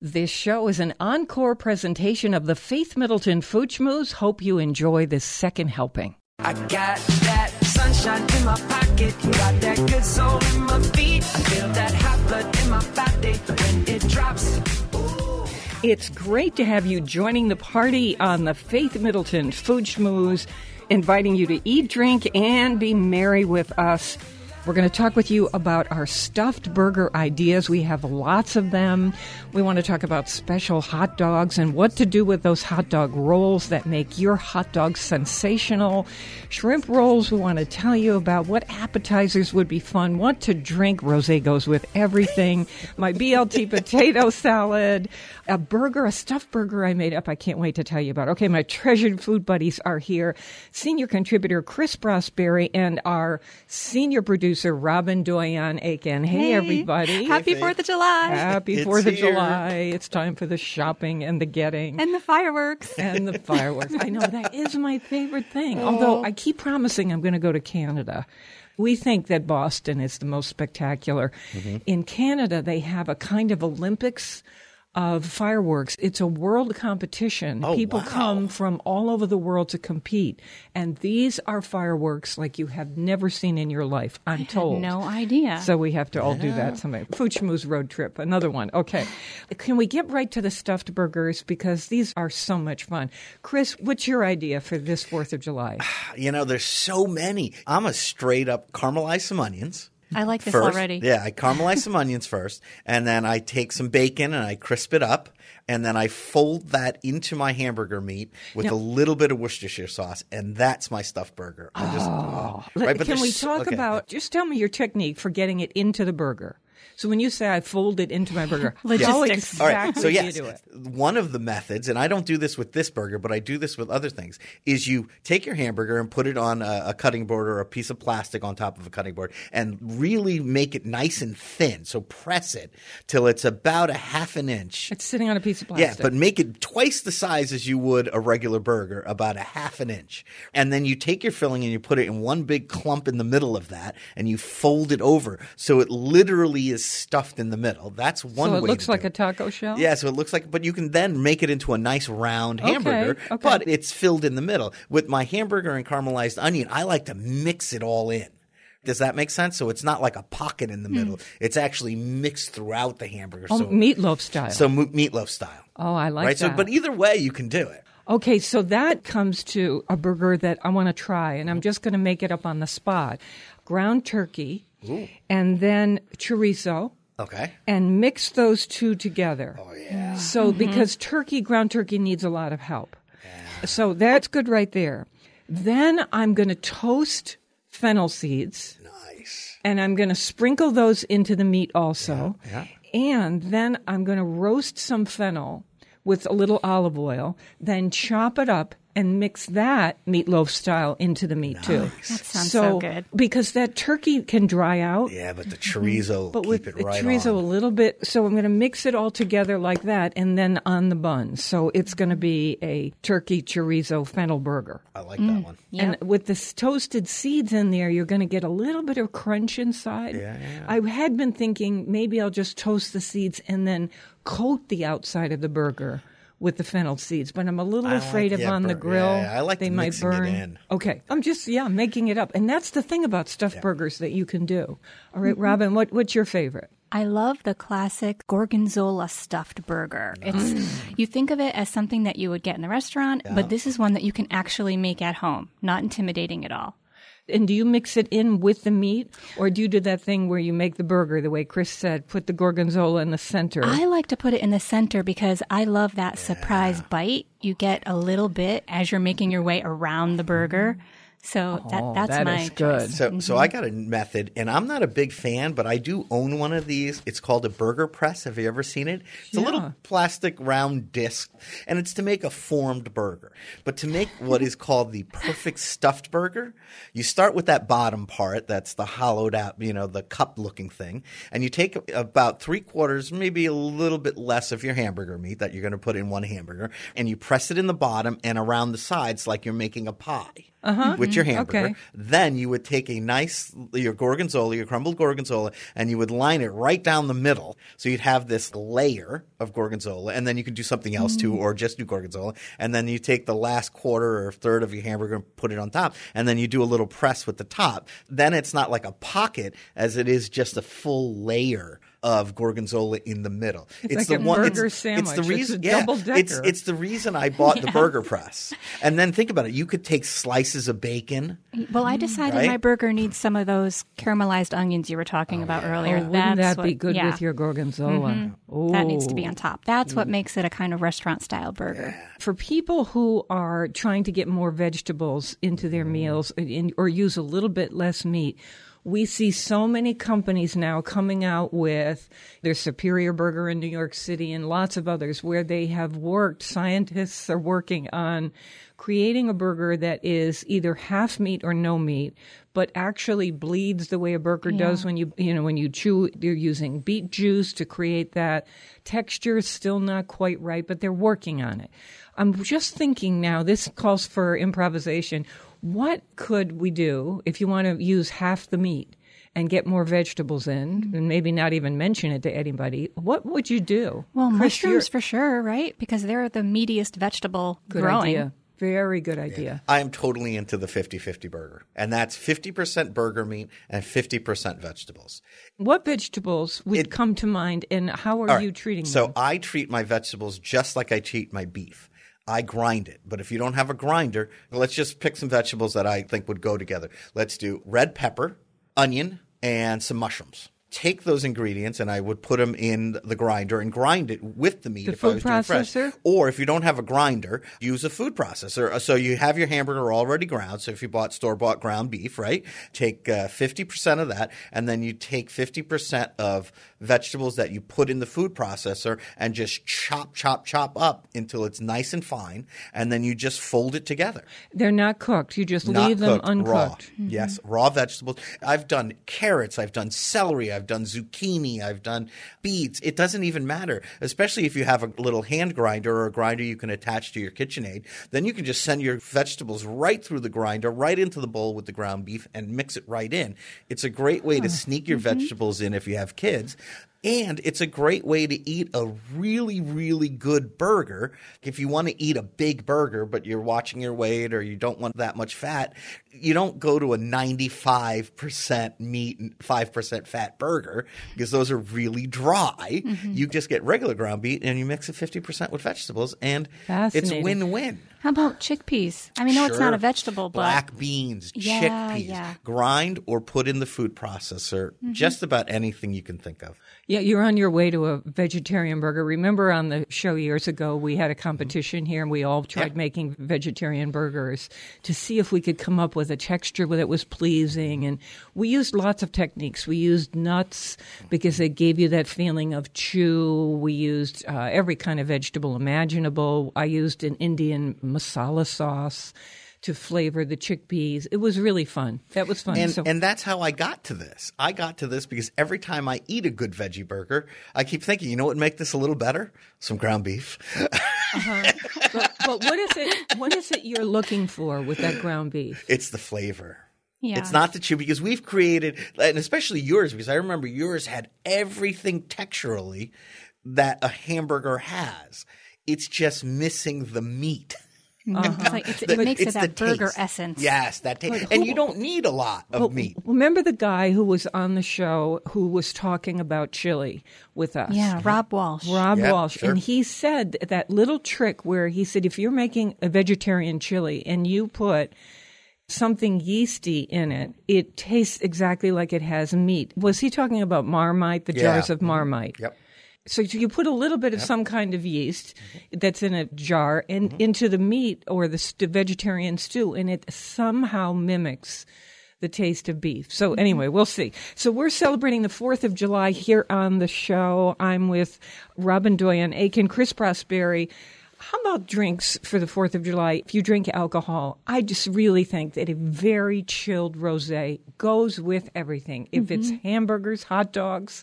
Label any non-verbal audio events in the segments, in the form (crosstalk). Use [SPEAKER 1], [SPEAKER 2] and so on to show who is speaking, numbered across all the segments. [SPEAKER 1] This show is an encore presentation of the Faith Middleton Food Schmooze. Hope you enjoy this second helping.
[SPEAKER 2] I got that sunshine in my pocket, got that good soul in my feet. I feel that hot blood in my body when it drops. Ooh.
[SPEAKER 1] It's great to have you joining the party on the Faith Middleton Food Schmooze, inviting you to eat, drink, and be merry with us. We're going to talk with you about our stuffed burger ideas. We have lots of them. We want to talk about special hot dogs and what to do with those hot dog rolls that make your hot dog sensational. Shrimp rolls, we want to tell you about what appetizers would be fun, what to drink. Rose goes with everything. My
[SPEAKER 3] (laughs)
[SPEAKER 1] BLT potato salad, a burger, a stuffed burger I made up. I can't wait to tell you about. Okay, my treasured food buddies are here. Senior contributor Chris Brosberry and our senior producer. Robin Doyon Aiken. Hey,
[SPEAKER 4] Hey.
[SPEAKER 1] everybody.
[SPEAKER 4] Happy Fourth of July.
[SPEAKER 1] Happy
[SPEAKER 3] It's
[SPEAKER 1] 4th of
[SPEAKER 3] here.
[SPEAKER 1] July. It's time for the shopping and the getting.
[SPEAKER 4] and the fireworks.
[SPEAKER 1] and
[SPEAKER 4] (laughs)
[SPEAKER 1] the fireworks. I know that is my favorite thing.
[SPEAKER 4] Oh.
[SPEAKER 1] Although I keep promising I'm going to go to Canada. We think that Boston is the most spectacular.
[SPEAKER 4] Mm-hmm.
[SPEAKER 1] In Canada, they have a kind of Olympics of fireworks. It's a world competition.
[SPEAKER 4] Oh,
[SPEAKER 1] People come from all over the world to compete. And these are fireworks like you have never seen in your life, I'm told.
[SPEAKER 4] no idea.
[SPEAKER 1] So we have to all do that someday. Food Schmooze road trip, another one. Okay. Can we get right to the stuffed burgers? Because these are so much fun. Chris, what's your idea for this 4th of
[SPEAKER 3] (sighs)
[SPEAKER 1] July?
[SPEAKER 3] You know, there's so many. I'm a straight up caramelize some onions.
[SPEAKER 4] I like this
[SPEAKER 3] first.
[SPEAKER 4] already.
[SPEAKER 3] Yeah, I caramelize some onions first, and then I take some bacon and I crisp it up, and then I fold that into my hamburger meat with a little bit of Worcestershire sauce, and that's my stuffed burger. I just, oh. Right, but
[SPEAKER 1] Can
[SPEAKER 3] there's
[SPEAKER 1] we
[SPEAKER 3] so-
[SPEAKER 1] talk
[SPEAKER 3] okay,
[SPEAKER 1] about, just tell me your technique for getting it into the burger. So when you say I fold it into my
[SPEAKER 3] (laughs)
[SPEAKER 1] burger, how
[SPEAKER 4] Logistics.
[SPEAKER 1] exactly
[SPEAKER 3] All right. So
[SPEAKER 1] do
[SPEAKER 3] yes,
[SPEAKER 1] you do it?
[SPEAKER 3] one of the methods, and I don't do this with this burger, but I do this with other things, is you take your hamburger and put it on a, a cutting board or a piece of plastic on top of a cutting board, and really make it nice and thin. So press it till it's about a half an inch.
[SPEAKER 1] It's sitting on a piece of plastic.
[SPEAKER 3] Yeah, but make it twice the size as you would a regular burger, about a half an inch. And then you take your filling and you put it in one big clump in the middle of that and you fold it over. So it literally is stuffed in the middle. That's one
[SPEAKER 1] so
[SPEAKER 3] way.
[SPEAKER 1] it looks
[SPEAKER 3] to do
[SPEAKER 1] like a taco shell?
[SPEAKER 3] yeah, so it looks like, but you can then make it into a nice round
[SPEAKER 1] Okay,
[SPEAKER 3] hamburger,
[SPEAKER 1] okay.
[SPEAKER 3] but it's filled in the middle. With my hamburger and caramelized onion, I like to mix it all in. Does that make sense? So it's not like a pocket in the middle. It's actually mixed throughout the hamburger.
[SPEAKER 1] Hmm. Oh,
[SPEAKER 3] so,
[SPEAKER 1] meatloaf style.
[SPEAKER 3] so mo- meatloaf style.
[SPEAKER 1] oh, I like
[SPEAKER 3] right?
[SPEAKER 1] that.
[SPEAKER 3] So, but either way, you can do it.
[SPEAKER 1] Okay, so that comes to a burger that I want to try, and I'm just going to make it up on the spot. Ground turkey, and then chorizo,
[SPEAKER 3] Okay.
[SPEAKER 1] and mix those two together. Oh, yeah. So, because turkey, ground turkey needs a lot of help. So, that's good right there. Then I'm going to toast fennel seeds,
[SPEAKER 3] Nice.
[SPEAKER 1] and I'm going to sprinkle those into the meat also. And then I'm going to roast some fennel with a little olive oil, then chop it up and mix that meatloaf style into the meat too. That
[SPEAKER 4] sounds so good.
[SPEAKER 1] Because that turkey can dry out.
[SPEAKER 3] Yeah, but the
[SPEAKER 1] Mm-hmm.
[SPEAKER 3] chorizo,
[SPEAKER 1] But
[SPEAKER 3] keep
[SPEAKER 1] with
[SPEAKER 3] it
[SPEAKER 1] the
[SPEAKER 3] right
[SPEAKER 1] chorizo a
[SPEAKER 3] on.
[SPEAKER 1] little bit, so I'm going to mix it all together like that, and then on the bun. So it's going to be a turkey chorizo fennel burger.
[SPEAKER 3] I like that
[SPEAKER 1] mm.
[SPEAKER 3] one.
[SPEAKER 1] And with the toasted seeds in there, you're going to get a little bit of crunch inside. I had been thinking maybe I'll just toast the seeds and then coat the outside of the burger with the fennel seeds, but I'm a little
[SPEAKER 3] I like-
[SPEAKER 1] afraid of
[SPEAKER 3] yeah,
[SPEAKER 1] on the
[SPEAKER 3] burn-
[SPEAKER 1] grill.
[SPEAKER 3] yeah, yeah, I like
[SPEAKER 1] they
[SPEAKER 3] the
[SPEAKER 1] might
[SPEAKER 3] mixing it
[SPEAKER 1] burn.
[SPEAKER 3] in.
[SPEAKER 1] Okay, I'm just yeah making it up, and that's the thing about stuffed burgers that you can do. All
[SPEAKER 4] Mm-hmm.
[SPEAKER 1] right, Robin, what what's your favorite?
[SPEAKER 4] I love the classic gorgonzola stuffed burger.
[SPEAKER 1] Mm.
[SPEAKER 4] It's you think of it as something that you would get in a restaurant, but this is one that you can actually make at home. Not intimidating at all.
[SPEAKER 1] And do you mix it in with the meat, or do you do that thing where you make the burger the way Chris said, put the gorgonzola in the center?
[SPEAKER 4] I like to put it in the center because I love that surprise bite. You get a little bit as you're making your way around the burger. So
[SPEAKER 1] Oh,
[SPEAKER 4] that, that's
[SPEAKER 1] that
[SPEAKER 4] my
[SPEAKER 1] is
[SPEAKER 4] choice.
[SPEAKER 1] good. Mm-hmm.
[SPEAKER 3] So, so I got a method, and I'm not a big fan, but I do own one of these. It's called a burger press. Have you ever seen it? It's a little plastic round disc, and it's to make a formed burger. But to make what is called the perfect stuffed burger, you start with that bottom part that's the hollowed out, you know, the cup looking thing, and you take about three quarters, maybe a little bit less of your hamburger meat that you're going to put in one hamburger, and you press it in the bottom and around the sides like you're making a pie with your
[SPEAKER 1] Uh-huh.
[SPEAKER 3] hamburger.
[SPEAKER 1] Mm-hmm. Okay.
[SPEAKER 3] Then you would take a nice your gorgonzola, your crumbled gorgonzola, and you would line it right down the middle. So you'd have this layer of gorgonzola, and then you could do something else too, or just do gorgonzola. And then you take the last quarter or third of your hamburger and put it on top, and then you do a little press with the top. Then it's not like a pocket as it is just a full layer. Of gorgonzola in the middle. It's,
[SPEAKER 1] like a burger
[SPEAKER 3] It's the
[SPEAKER 1] sandwich. It's
[SPEAKER 3] reason.
[SPEAKER 1] a
[SPEAKER 3] yeah,
[SPEAKER 1] double-decker.
[SPEAKER 3] it's it's the reason I
[SPEAKER 1] (laughs)
[SPEAKER 3] bought the burger press. And then think about it. You could take slices of bacon.
[SPEAKER 4] Well,
[SPEAKER 1] Mm-hmm.
[SPEAKER 4] I decided
[SPEAKER 3] Right?
[SPEAKER 4] my burger needs some of those caramelized onions you were talking about earlier.
[SPEAKER 1] Oh, Wouldn't
[SPEAKER 4] That's
[SPEAKER 1] that
[SPEAKER 4] what-
[SPEAKER 1] be good
[SPEAKER 4] yeah. Mm-hmm.
[SPEAKER 1] with your gorgonzola? Oh.
[SPEAKER 4] That needs to be on top. That's
[SPEAKER 3] Mm.
[SPEAKER 4] what makes it a kind of restaurant style burger.
[SPEAKER 1] For people who are trying to get more vegetables into their meals and- and- or use a little bit less meat, we see so many companies now coming out with their Superior Burger in New York City and lots of others where they have worked, scientists are working on creating a burger that is either half meat or no meat, but actually bleeds the way a burger does when you you know when you chew you're using beet juice to create that texture is still not quite right but they're working on it i'm just thinking now this calls for improvisation what could we do if you want to use half the meat and get more vegetables in
[SPEAKER 4] Mm-hmm.
[SPEAKER 1] and maybe not even mention it to anybody what would you do
[SPEAKER 4] Well,
[SPEAKER 1] Chris, you're-
[SPEAKER 4] mushrooms for sure, right? Because they're the meatiest vegetable
[SPEAKER 1] good
[SPEAKER 4] growing.
[SPEAKER 1] idea very good idea
[SPEAKER 3] I am totally into the 50 50 burger. And that's 50% burger meat and 50% vegetables.
[SPEAKER 1] what vegetables would come to mind and how are you treating
[SPEAKER 3] So
[SPEAKER 1] them
[SPEAKER 3] I treat my vegetables just like I treat my beef. I grind it. But if you don't have a grinder, let's just pick some vegetables that I think would go together. Let's do red pepper, onion, and some mushrooms. Take those ingredients and I would put them in the grinder and grind it with the meat
[SPEAKER 1] The
[SPEAKER 3] if I
[SPEAKER 1] food
[SPEAKER 3] was doing fresh.
[SPEAKER 1] processor?
[SPEAKER 3] Or if you don't have a grinder, use a food processor. Uh, So you have your hamburger already ground. So if you bought store bought ground beef, right, take uh, 50% of that, and then you take 50% of vegetables that you put in the food processor and just chop, chop, chop up until it's nice and fine. And then you just fold it together.
[SPEAKER 1] they're not cooked you just
[SPEAKER 3] Not
[SPEAKER 1] leave them
[SPEAKER 3] cooked, Raw.
[SPEAKER 1] uncooked Mm-hmm.
[SPEAKER 3] Yes, raw vegetables. I've done carrots, I've done celery, I've done zucchini, I've done beets. It doesn't even matter, especially if you have a little hand grinder or a grinder you can attach to your KitchenAid. Then you can just send your vegetables right through the grinder, right into the bowl with the ground beef and mix it right in. It's a great way to sneak your
[SPEAKER 1] Mm-hmm.
[SPEAKER 3] vegetables in if you have kids. And it's a great way to eat a really, really good burger. If you want to eat a big burger, but you're watching your weight or you don't want that much fat, you don't go to a 95% meat and 5% fat burger because those are really dry.
[SPEAKER 4] Mm-hmm.
[SPEAKER 3] You just get regular ground beef and you mix it 50% with vegetables, and it's
[SPEAKER 1] Fascinating.
[SPEAKER 3] win win.
[SPEAKER 4] How about chickpeas? I mean, no, it's not
[SPEAKER 3] Sure.
[SPEAKER 4] a vegetable, but
[SPEAKER 3] black beans,
[SPEAKER 4] Yeah,
[SPEAKER 3] chickpeas,
[SPEAKER 4] yeah. Mm-hmm.
[SPEAKER 3] grind or put in the food processor, just about anything you can think of.
[SPEAKER 1] Yeah, you're on your way to a vegetarian burger. Remember on the show years ago, we had a competition here and we all tried making vegetarian burgers to see if we could come up with a texture that was pleasing. And we used lots of techniques. We used nuts because they gave you that feeling of chew. We used uh, every kind of vegetable imaginable. I used an Indian masala sauce to flavor the chickpeas. It was really fun. That was fun.
[SPEAKER 3] And,
[SPEAKER 1] so,
[SPEAKER 3] and that's how I got to this. I got to this because every time I eat a good veggie burger, I keep thinking, you know what would make this a little better? Some ground beef. (laughs)
[SPEAKER 1] but, but what is it? What is it you're looking for with that ground beef?
[SPEAKER 3] it's the flavor.
[SPEAKER 4] Yeah.
[SPEAKER 3] It's not the chew because we've created, and especially yours, because I remember yours had everything texturally that a hamburger has. It's just missing the meat.
[SPEAKER 4] Uh-huh. it's like, it's, it
[SPEAKER 3] (laughs) The-
[SPEAKER 4] makes it
[SPEAKER 3] it's the
[SPEAKER 4] that burger
[SPEAKER 3] taste.
[SPEAKER 4] essence.
[SPEAKER 3] Yes, that taste. and you don't need a lot of meat.
[SPEAKER 1] Remember the guy who was on the show who was talking about chili with us?
[SPEAKER 4] Yeah, Rob Walsh.
[SPEAKER 1] Rob
[SPEAKER 3] Yeah,
[SPEAKER 1] Walsh.
[SPEAKER 3] sure.
[SPEAKER 1] And he said that little trick where he said if you're making a vegetarian chili and you put something yeasty in it, it tastes exactly like it has meat. Was he talking about Marmite, the
[SPEAKER 3] Yeah. Mm-hmm.
[SPEAKER 1] jars of Marmite?
[SPEAKER 3] Yep.
[SPEAKER 1] So you put a little bit of some kind of yeast
[SPEAKER 3] Mm-hmm.
[SPEAKER 1] that's in a jar and into the meat or the st- vegetarian stew, and it somehow mimics the taste of beef. So anyway, we'll see. So we're celebrating the 4th of July here on the show. I'm with Robin Doyen Aiken, Chris Prosperi. How about drinks for the 4th of July? If you drink alcohol, I just really think that a very chilled rosé goes with everything. If it's hamburgers, hot dogs,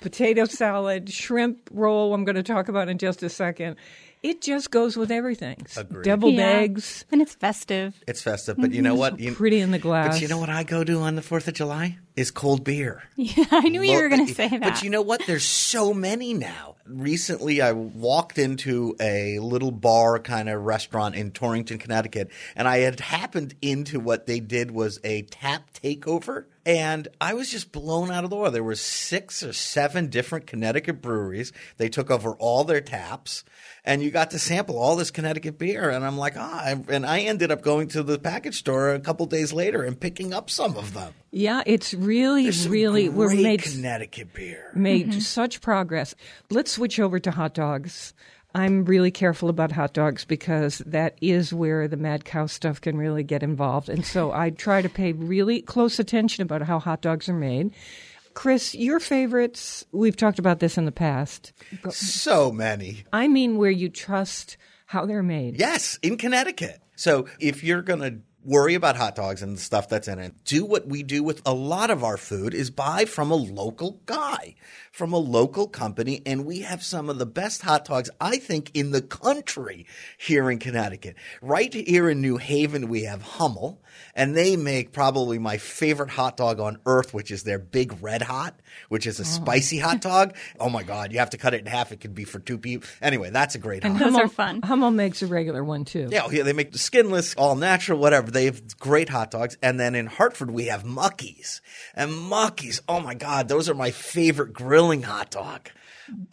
[SPEAKER 1] potato salad, shrimp roll, I'm going to talk about in just a second. It just goes with everything. Deviled
[SPEAKER 4] Yeah.
[SPEAKER 1] eggs.
[SPEAKER 4] And it's festive.
[SPEAKER 3] It's festive, but you know what? You-
[SPEAKER 1] Mm-hmm. Pretty in the glass.
[SPEAKER 3] But you know what I go to on the Fourth of July is cold beer.
[SPEAKER 4] Yeah, I knew you
[SPEAKER 3] Well,
[SPEAKER 4] were going
[SPEAKER 3] uh,
[SPEAKER 4] to say that.
[SPEAKER 3] But you know what? There's so many now. Recently, I walked into a little bar kind of restaurant in Torrington, Connecticut, and I had happened into what they did was a tap takeover. And I was just blown out of the water. There were six or seven different Connecticut breweries. They took over all their taps, and you got to sample all this Connecticut beer. And I'm like, ah, I- and I ended up going to the package store a couple days later and picking up some of them.
[SPEAKER 1] Yeah, it's really,
[SPEAKER 3] Some
[SPEAKER 1] really, we're
[SPEAKER 3] great
[SPEAKER 1] made,
[SPEAKER 3] Connecticut beer.
[SPEAKER 1] made such progress. Let's switch over to hot dogs. I'm really careful about hot dogs because that is where the mad cow stuff can really get involved. And so I try to pay really close attention about how hot dogs are made. Chris, your favorites, we've talked about this in the past.
[SPEAKER 3] So many.
[SPEAKER 1] I mean, where you trust how they're made.
[SPEAKER 3] Yes, in Connecticut. So if you're going to worry about hot dogs and the stuff that's in it, do what we do with a lot of our food is buy from a local guy, from a local company. And we have some of the best hot dogs, I think, in the country here in Connecticut. Right here in New Haven, we have Hummel and they make probably my favorite hot dog on earth, which is their big red hot, which is a spicy hot dog. Oh my God, you have to cut it in half. It could be for two people. Anyway, that's a great hot dog.
[SPEAKER 4] Those are fun.
[SPEAKER 1] Hummel makes a regular one too.
[SPEAKER 3] Yeah, yeah, they make the skinless, all natural, whatever. They have great hot dogs. And then in Hartford, we have Muckies. And Muckies, oh my God, those are my favorite grilling hot dog.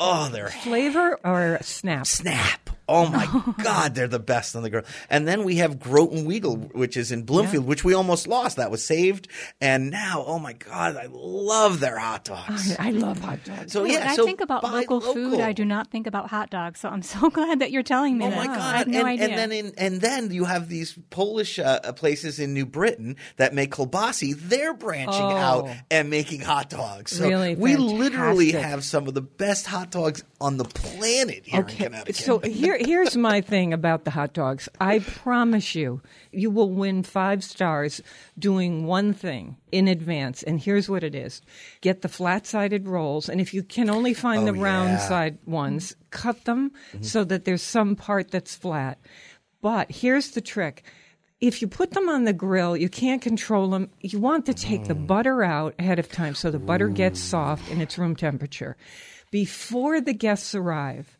[SPEAKER 3] Oh, they're
[SPEAKER 1] Flavor or snap?
[SPEAKER 3] snap.
[SPEAKER 4] (laughs)
[SPEAKER 3] Oh my God, they're the best on the grill. And then we have Groton Weagle, which is in Bloomfield, which we almost lost. That was saved. And now, oh my God, I love their hot dogs.
[SPEAKER 1] I love hot dogs.
[SPEAKER 3] So,
[SPEAKER 4] Oh, You know,
[SPEAKER 3] Oh, yeah,
[SPEAKER 4] when I
[SPEAKER 3] so
[SPEAKER 4] think about
[SPEAKER 3] buy
[SPEAKER 4] local, food, I do not think about hot dogs. So I'm (laughs) so glad that you're telling me
[SPEAKER 3] Oh
[SPEAKER 4] that.
[SPEAKER 3] my god!
[SPEAKER 4] I have no
[SPEAKER 3] and,
[SPEAKER 4] idea.
[SPEAKER 3] and then in, and then you have these Polish uh, uh, places in New Britain that make kielbasi. They're branching
[SPEAKER 1] Oh.
[SPEAKER 3] out and making hot dogs. So
[SPEAKER 1] Really
[SPEAKER 3] we
[SPEAKER 1] fantastic.
[SPEAKER 3] literally have some of the best hot dogs on the planet here in Connecticut.
[SPEAKER 1] So here, here's my thing about the hot dogs. I promise you, you will win five stars doing one thing in advance. And here's what it is: get the flat-sided rolls, and if you can only find the
[SPEAKER 3] Oh,
[SPEAKER 1] round
[SPEAKER 3] yeah.
[SPEAKER 1] side ones,
[SPEAKER 3] Mm-hmm.
[SPEAKER 1] cut them so that there's some part that's flat. But here's the trick. If you put them on the grill, you can't control them. You want to take
[SPEAKER 3] Mm.
[SPEAKER 1] the butter out ahead of time so the butter gets soft and it's room temperature. Before the guests arrive,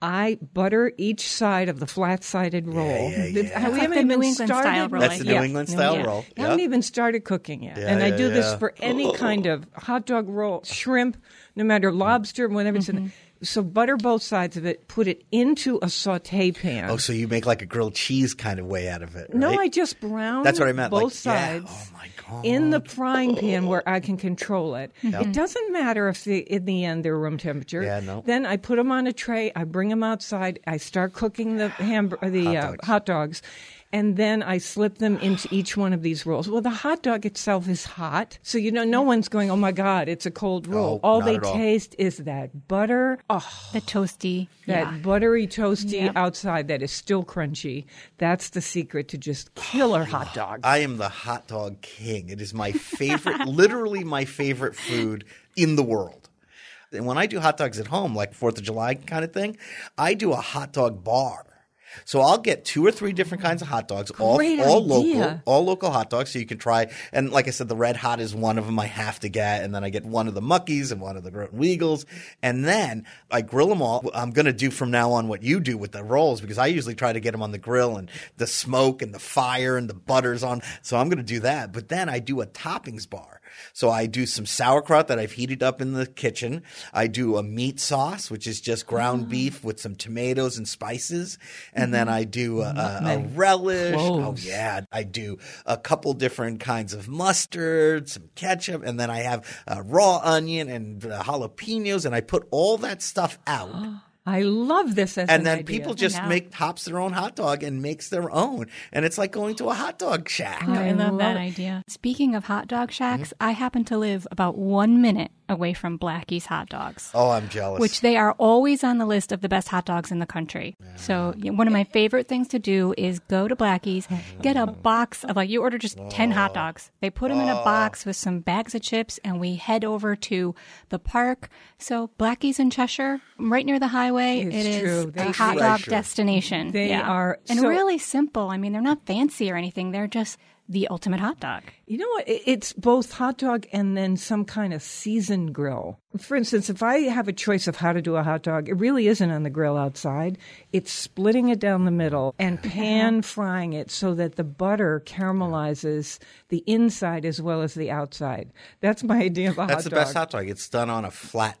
[SPEAKER 1] I butter each side of the flat-sided roll.
[SPEAKER 4] That's like the New England style roll,
[SPEAKER 3] That's I the New guess. England style
[SPEAKER 1] yeah.
[SPEAKER 3] roll.
[SPEAKER 1] I haven't
[SPEAKER 3] Yeah.
[SPEAKER 1] even started cooking yet, and I
[SPEAKER 3] yeah,
[SPEAKER 1] do this
[SPEAKER 3] yeah.
[SPEAKER 1] for any kind of hot dog roll, shrimp, no matter lobster, whatever.
[SPEAKER 3] Mm-hmm.
[SPEAKER 1] it's in So butter both sides of it. Put it into a saute pan.
[SPEAKER 3] oh, so you make like a grilled cheese kind of way out of it?
[SPEAKER 1] No,
[SPEAKER 3] right?
[SPEAKER 1] I just brown.
[SPEAKER 3] That's what I meant, like,
[SPEAKER 1] Both
[SPEAKER 3] yeah.
[SPEAKER 1] sides.
[SPEAKER 3] Oh, my God.
[SPEAKER 1] In the frying pan where I can control it. It doesn't matter if the, in the end they're room temperature.
[SPEAKER 3] Yeah, no.
[SPEAKER 1] Then I put them on a tray. I bring them outside. I start cooking the hamb- or the hot dogs. Uh, hot dogs. And then I slip them into each one of these rolls. Well, the hot dog itself is hot, so you know no one's going, "Oh my God, it's a cold roll."
[SPEAKER 3] Oh,
[SPEAKER 1] all
[SPEAKER 3] not
[SPEAKER 1] they
[SPEAKER 3] at all.
[SPEAKER 1] taste is that butter. Oh,
[SPEAKER 4] the toasty.
[SPEAKER 1] that
[SPEAKER 4] yeah.
[SPEAKER 1] buttery, toasty
[SPEAKER 4] Yep.
[SPEAKER 1] outside that is still crunchy. That's the secret to
[SPEAKER 3] (sighs)
[SPEAKER 1] just Oh, killer hot dogs.
[SPEAKER 3] I am the hot dog king. It is my favorite, (laughs) literally my favorite food in the world. And when I do hot dogs at home, like Fourth of July kind of thing, I do a hot dog bar. So I'll get two or three different kinds of hot dogs, all,
[SPEAKER 1] Great
[SPEAKER 3] all
[SPEAKER 1] idea.
[SPEAKER 3] local, all local hot dogs. So you can try, and like I said, the red hot is one of them I have to get, and then I get one of the Muckies and one of the Groton Weagles, and then I grill them all. I'm gonna do from now on what you do with the rolls because I usually try to get them on the grill and the smoke and the fire and the butters on. So I'm gonna do that, but then I do a toppings bar. So I do some sauerkraut that I've heated up in the kitchen. I do a meat sauce, which is just ground beef with some tomatoes and spices, and then I do a, a, a relish.
[SPEAKER 5] cloves.
[SPEAKER 3] Oh yeah, I do a couple different kinds of mustard, some ketchup, and then I have uh, raw onion and uh, jalapenos, and I put all that stuff
[SPEAKER 1] (gasps)
[SPEAKER 3] out.
[SPEAKER 1] I love this as
[SPEAKER 3] and
[SPEAKER 1] an
[SPEAKER 3] then
[SPEAKER 1] idea.
[SPEAKER 3] people just
[SPEAKER 4] know.
[SPEAKER 3] make hops their own hot dog and makes their own and it's like going to a hot dog shack
[SPEAKER 1] Oh.
[SPEAKER 4] (laughs) I, love, that idea. Mm-hmm. Speaking of hot dog shacks, I happen to live about one minute away from Blackie's hot dogs.
[SPEAKER 3] oh i'm jealous
[SPEAKER 4] Which they are always on the list of the best hot dogs in the country. So y- one of my favorite things to do is go to Blackie's, get a box of like you order just ten hot dogs. They put them in a box with some bags of chips, and we head over to the park. So Blackie's in Cheshire, right near the highway.
[SPEAKER 1] It's
[SPEAKER 4] it is
[SPEAKER 1] true. They
[SPEAKER 4] a hot dog
[SPEAKER 3] Pleasure.
[SPEAKER 4] destination.
[SPEAKER 1] They
[SPEAKER 4] Yeah.
[SPEAKER 1] are
[SPEAKER 4] and
[SPEAKER 1] so-
[SPEAKER 4] really simple. I mean, they're not fancy or anything. They're just the ultimate hot dog.
[SPEAKER 1] You know what? It- It's both hot dog and then some kind of seasoned grill. For instance, if I have a choice of how to do a hot dog, it really isn't on the grill outside. It's splitting it down the middle and pan frying it so that the butter caramelizes the inside as well as the outside. That's my idea of a
[SPEAKER 3] that's
[SPEAKER 1] hot
[SPEAKER 3] the
[SPEAKER 1] dog.
[SPEAKER 3] best hot dog it's done on a flat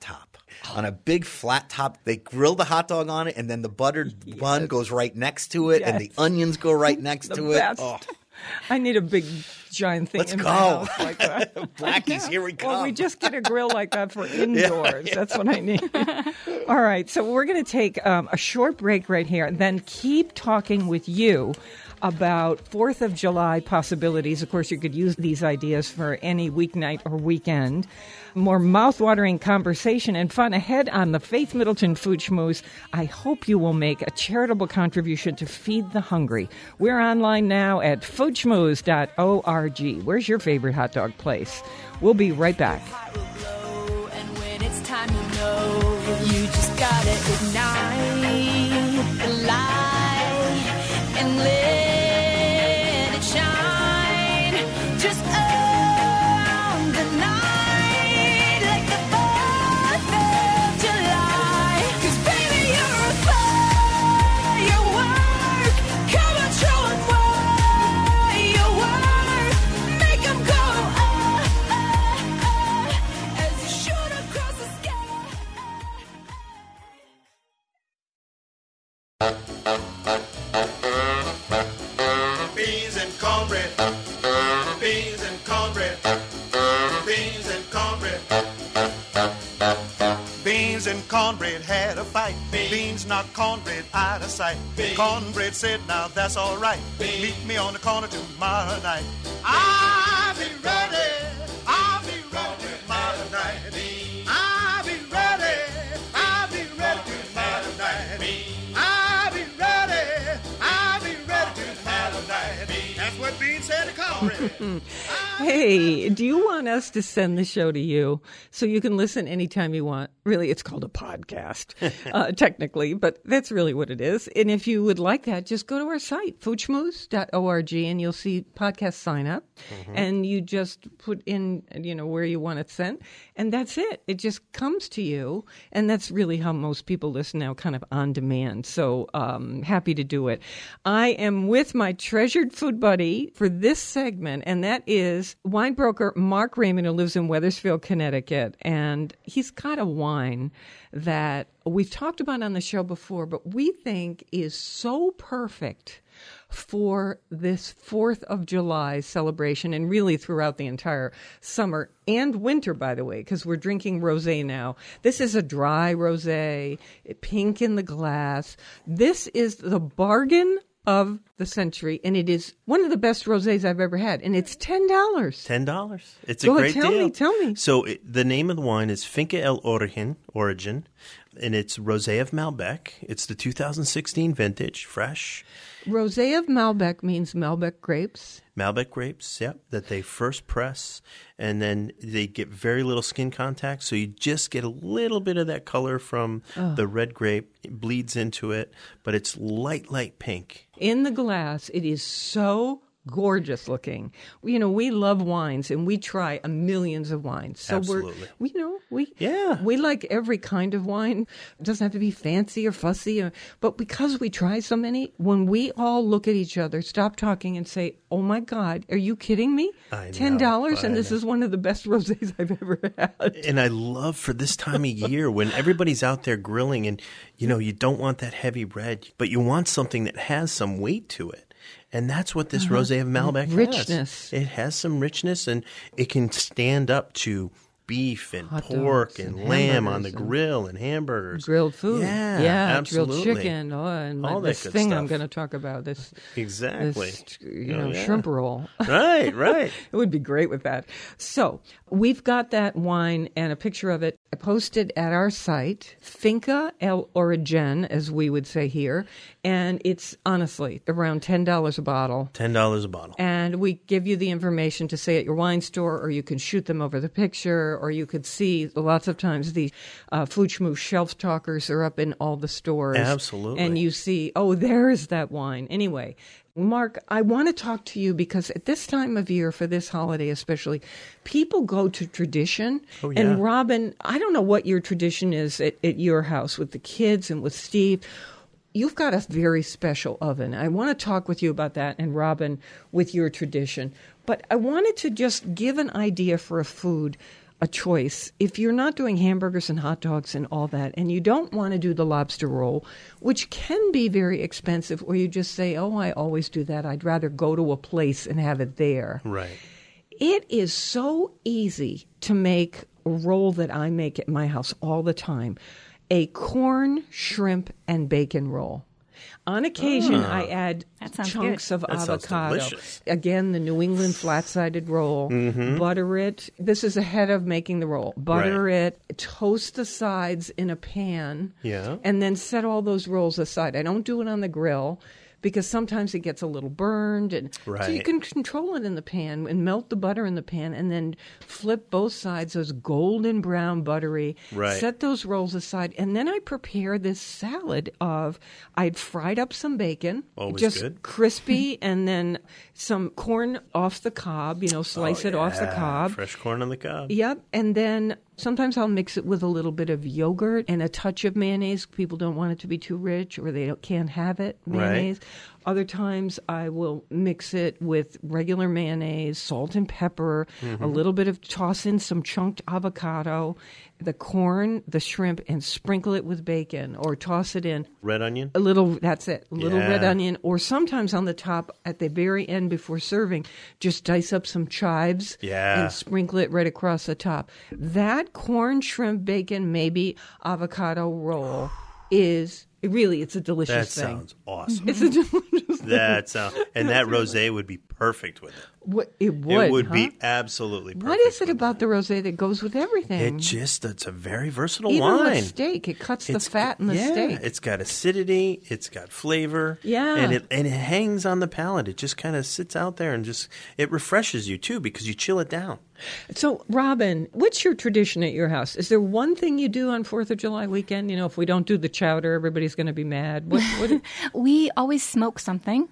[SPEAKER 1] (gasps)
[SPEAKER 3] top on a big flat top they grill the hot dog on it and then the
[SPEAKER 1] (laughs)
[SPEAKER 3] buttered bun goes right next to it and the onions go right next
[SPEAKER 1] The
[SPEAKER 3] to
[SPEAKER 1] best.
[SPEAKER 3] it oh,
[SPEAKER 1] I need a big giant thing
[SPEAKER 3] Let's
[SPEAKER 1] in
[SPEAKER 3] go.
[SPEAKER 1] my house like that.
[SPEAKER 3] blackies
[SPEAKER 1] (laughs)
[SPEAKER 3] (laughs) here we come
[SPEAKER 1] Well, we just get a grill like that
[SPEAKER 3] (laughs)
[SPEAKER 1] for indoors. That's what I need. All right, so we're going to take um, a short break right here, and then keep talking with you about Fourth of July possibilities. Of course, you could use these ideas for any weeknight or weekend. More mouth-watering conversation and fun ahead on the Faith Middleton Food Schmooze. I hope you will make a charitable contribution to feed the hungry. We're online now at foodschmooze.org. Where's your favorite hot dog place? We'll be right back.
[SPEAKER 6] Heart will glow, and when it's time to know, you just gotta ignite the light and let it shine. Just own the night like the Fourth of July. 'Cause baby, you're a firework. Come on, show 'em why you're worth. Make 'em go ah, ah, ah, as you shoot across the sky.
[SPEAKER 7] Beans and cornbread. Beans and cornbread. Beans and cornbread. Beans and cornbread had a fight. Beans knocked cornbread out of sight. Cornbread said, Now that's all right. Meet me on the corner tomorrow night. I'll be ready. I'll be ready tomorrow night. I'll be ready. I'll be ready tomorrow night. I'll be ready. I'll be ready tomorrow night. That's what Bean said to (laughs) cornbread.
[SPEAKER 1] Hey, do you want us to send the show to you so you can listen anytime you want? Really, it's called a podcast, uh, technically, but that's really what it is. And if you would like that, just go to our site, foodschmooze.org, and you'll see podcast sign up. And you just put in, you know, where you want it sent. And that's it. It just comes to you. And that's really how most people listen now, kind of on demand. So um, happy to do it. I am with my treasured food buddy for this segment, and that is wine broker Mark Raymond, who lives in Weathersfield, Connecticut. And he's got a wine that we've talked about on the show before, but we think is so perfect for this 4th of July celebration and really throughout the entire summer and winter, by the way, because we're drinking rose now. This is a dry rose, pink in the glass. This is the bargain of the century, and it is one of the best roses I've ever had, and it's $10.
[SPEAKER 8] Ten dollars. It's
[SPEAKER 1] Go
[SPEAKER 8] a
[SPEAKER 1] ahead,
[SPEAKER 8] great
[SPEAKER 1] tell me,
[SPEAKER 8] deal.
[SPEAKER 1] tell me.
[SPEAKER 8] So it, the name of the wine is Finca El Origen, Origin, and it's Rosé of Malbec. It's the 2016 vintage, fresh
[SPEAKER 1] Rose of Malbec means Malbec grapes.
[SPEAKER 8] Malbec grapes. Yep, that they first press, and then they get very little skin contact, so you just get a little bit of that color from the red grape. It bleeds into it, but it's light, light pink.
[SPEAKER 1] in the glass. It is so gorgeous looking. We- You know, we love wines and we try a millions of wines. So
[SPEAKER 8] Absolutely.
[SPEAKER 1] we're, we, you know, we
[SPEAKER 8] Yeah.
[SPEAKER 1] we like every kind of wine. It doesn't have to be fancy or fussy, or, but because we try so many, when we all look at each other, stop talking, and say, "Oh my God, are you kidding me?
[SPEAKER 8] I
[SPEAKER 1] Ten dollars,
[SPEAKER 8] know,
[SPEAKER 1] and
[SPEAKER 8] I
[SPEAKER 1] this
[SPEAKER 8] know.
[SPEAKER 1] is one of the best (laughs) rosés I've ever had."
[SPEAKER 8] and I love for this time of year when everybody's out there grilling and you know you don't want that heavy red, but you want something that has some weight to it. And that's what this rosé of Malbec
[SPEAKER 1] Uh-huh. Richness.
[SPEAKER 8] has. It has some richness and it can stand up to beef and
[SPEAKER 1] Hot
[SPEAKER 8] pork
[SPEAKER 1] dogs
[SPEAKER 8] and,
[SPEAKER 1] and
[SPEAKER 8] lamb on the
[SPEAKER 1] hamburgers and
[SPEAKER 8] grill and hamburgers.
[SPEAKER 1] Grilled food,
[SPEAKER 8] Yeah, absolutely.
[SPEAKER 1] grilled chicken, oh, and
[SPEAKER 8] All that
[SPEAKER 1] this
[SPEAKER 8] good
[SPEAKER 1] thing I'm
[SPEAKER 8] stuff.
[SPEAKER 1] going to talk about this,
[SPEAKER 8] Exactly.
[SPEAKER 1] this you
[SPEAKER 8] Oh,
[SPEAKER 1] know,
[SPEAKER 8] yeah.
[SPEAKER 1] shrimp roll. (laughs)
[SPEAKER 8] Right, right.
[SPEAKER 1] It would be great with that. So we've got that wine and a picture of it posted at our site, Finca El Origen, as we would say here. And it's honestly around $10 a bottle.
[SPEAKER 8] Ten dollars a bottle.
[SPEAKER 1] And we give you the information to say at your wine store, or you can shoot them over the picture, or you could see lots of times the uh, Fuchmu shelf talkers are up in all the stores.
[SPEAKER 8] Absolutely.
[SPEAKER 1] And you see, oh, there is that wine. Anyway, Mark, I want to talk to you because at this time of year, for this holiday especially, people go to tradition.
[SPEAKER 8] Oh, yeah.
[SPEAKER 1] And Robin, I don't know what your tradition is at, at your house with the kids and with Steve. You've got a very special oven. I want to talk with you about that and Robin with your tradition. But I wanted to just give an idea for a food, a choice. If you're not doing hamburgers and hot dogs and all that, and you don't want to do the lobster roll, which can be very expensive, or you just say, oh, I always do that. I'd rather go to a place and have it there.
[SPEAKER 8] Right.
[SPEAKER 1] It is so easy to make a roll that I make at my house all the time a corn, shrimp, and bacon roll. On occasion, I add
[SPEAKER 4] That sounds
[SPEAKER 1] chunks
[SPEAKER 4] good.
[SPEAKER 1] of
[SPEAKER 8] Ah. That sounds
[SPEAKER 1] avocado.
[SPEAKER 8] delicious. Mm-hmm.
[SPEAKER 1] Again, the New England flat sided roll. Butter it. This is ahead of making the roll. Butter it, toast the sides in a pan,
[SPEAKER 8] Yeah.
[SPEAKER 1] and then set all those rolls aside. I don't do it on the grill because sometimes it gets a little burned and so you
[SPEAKER 8] Right.
[SPEAKER 1] can can control it in the pan and melt the butter in the pan and then flip both sides those golden brown buttery
[SPEAKER 8] Right.
[SPEAKER 1] set those rolls aside and then i prepare this salad of i'd fried up some bacon
[SPEAKER 8] Always
[SPEAKER 1] just
[SPEAKER 8] good.
[SPEAKER 1] crispy and then some corn off the cob you know slice it off the
[SPEAKER 8] Oh, Yeah,
[SPEAKER 1] cob E
[SPEAKER 8] Fresh corn on the cob.
[SPEAKER 1] Yep. And then sometimes I'll mix it with a little bit of yogurt and a touch of mayonnaise. People don't want it to be too rich or they don't, can't have it,
[SPEAKER 8] Right.
[SPEAKER 1] mayonnaise. Other times I will mix it with regular mayonnaise, salt and pepper, a little bit of toss in some chunked avocado, the corn, the shrimp, and sprinkle it with bacon or toss it in
[SPEAKER 8] Red onion.
[SPEAKER 1] a little that's it a little red
[SPEAKER 8] Yeah.
[SPEAKER 1] onion or sometimes on the top at the very end before serving just dice up some chives
[SPEAKER 8] Yeah.
[SPEAKER 1] and sprinkle it right across the top that corn shrimp bacon maybe avocado roll is really it's a delicious
[SPEAKER 8] That
[SPEAKER 1] thing
[SPEAKER 8] sounds awesome.
[SPEAKER 1] it's a delicious
[SPEAKER 8] that sounds and that rosé would be perfect with it.
[SPEAKER 1] (laughs) what it would
[SPEAKER 8] it would
[SPEAKER 1] huh?
[SPEAKER 8] be absolutely perfect.
[SPEAKER 1] what is it
[SPEAKER 8] with
[SPEAKER 1] about the rosé that goes with everything
[SPEAKER 8] It just it's a very versatile
[SPEAKER 1] even
[SPEAKER 8] wine.
[SPEAKER 1] with steak it cuts
[SPEAKER 8] It's-
[SPEAKER 1] the fat in the
[SPEAKER 8] yeah,
[SPEAKER 1] steak
[SPEAKER 8] It's got acidity, it's got flavor.
[SPEAKER 1] Yeah.
[SPEAKER 8] And it and it hangs on the palate. It just kind of sits out there and just it refreshes you too because you chill it down.
[SPEAKER 1] So, Robin, what's your tradition at your house? Is there one thing you do on Fourth of July weekend? You know, if we don't do the chowder, everybody's going to be mad. What, what,
[SPEAKER 4] We always smoke something,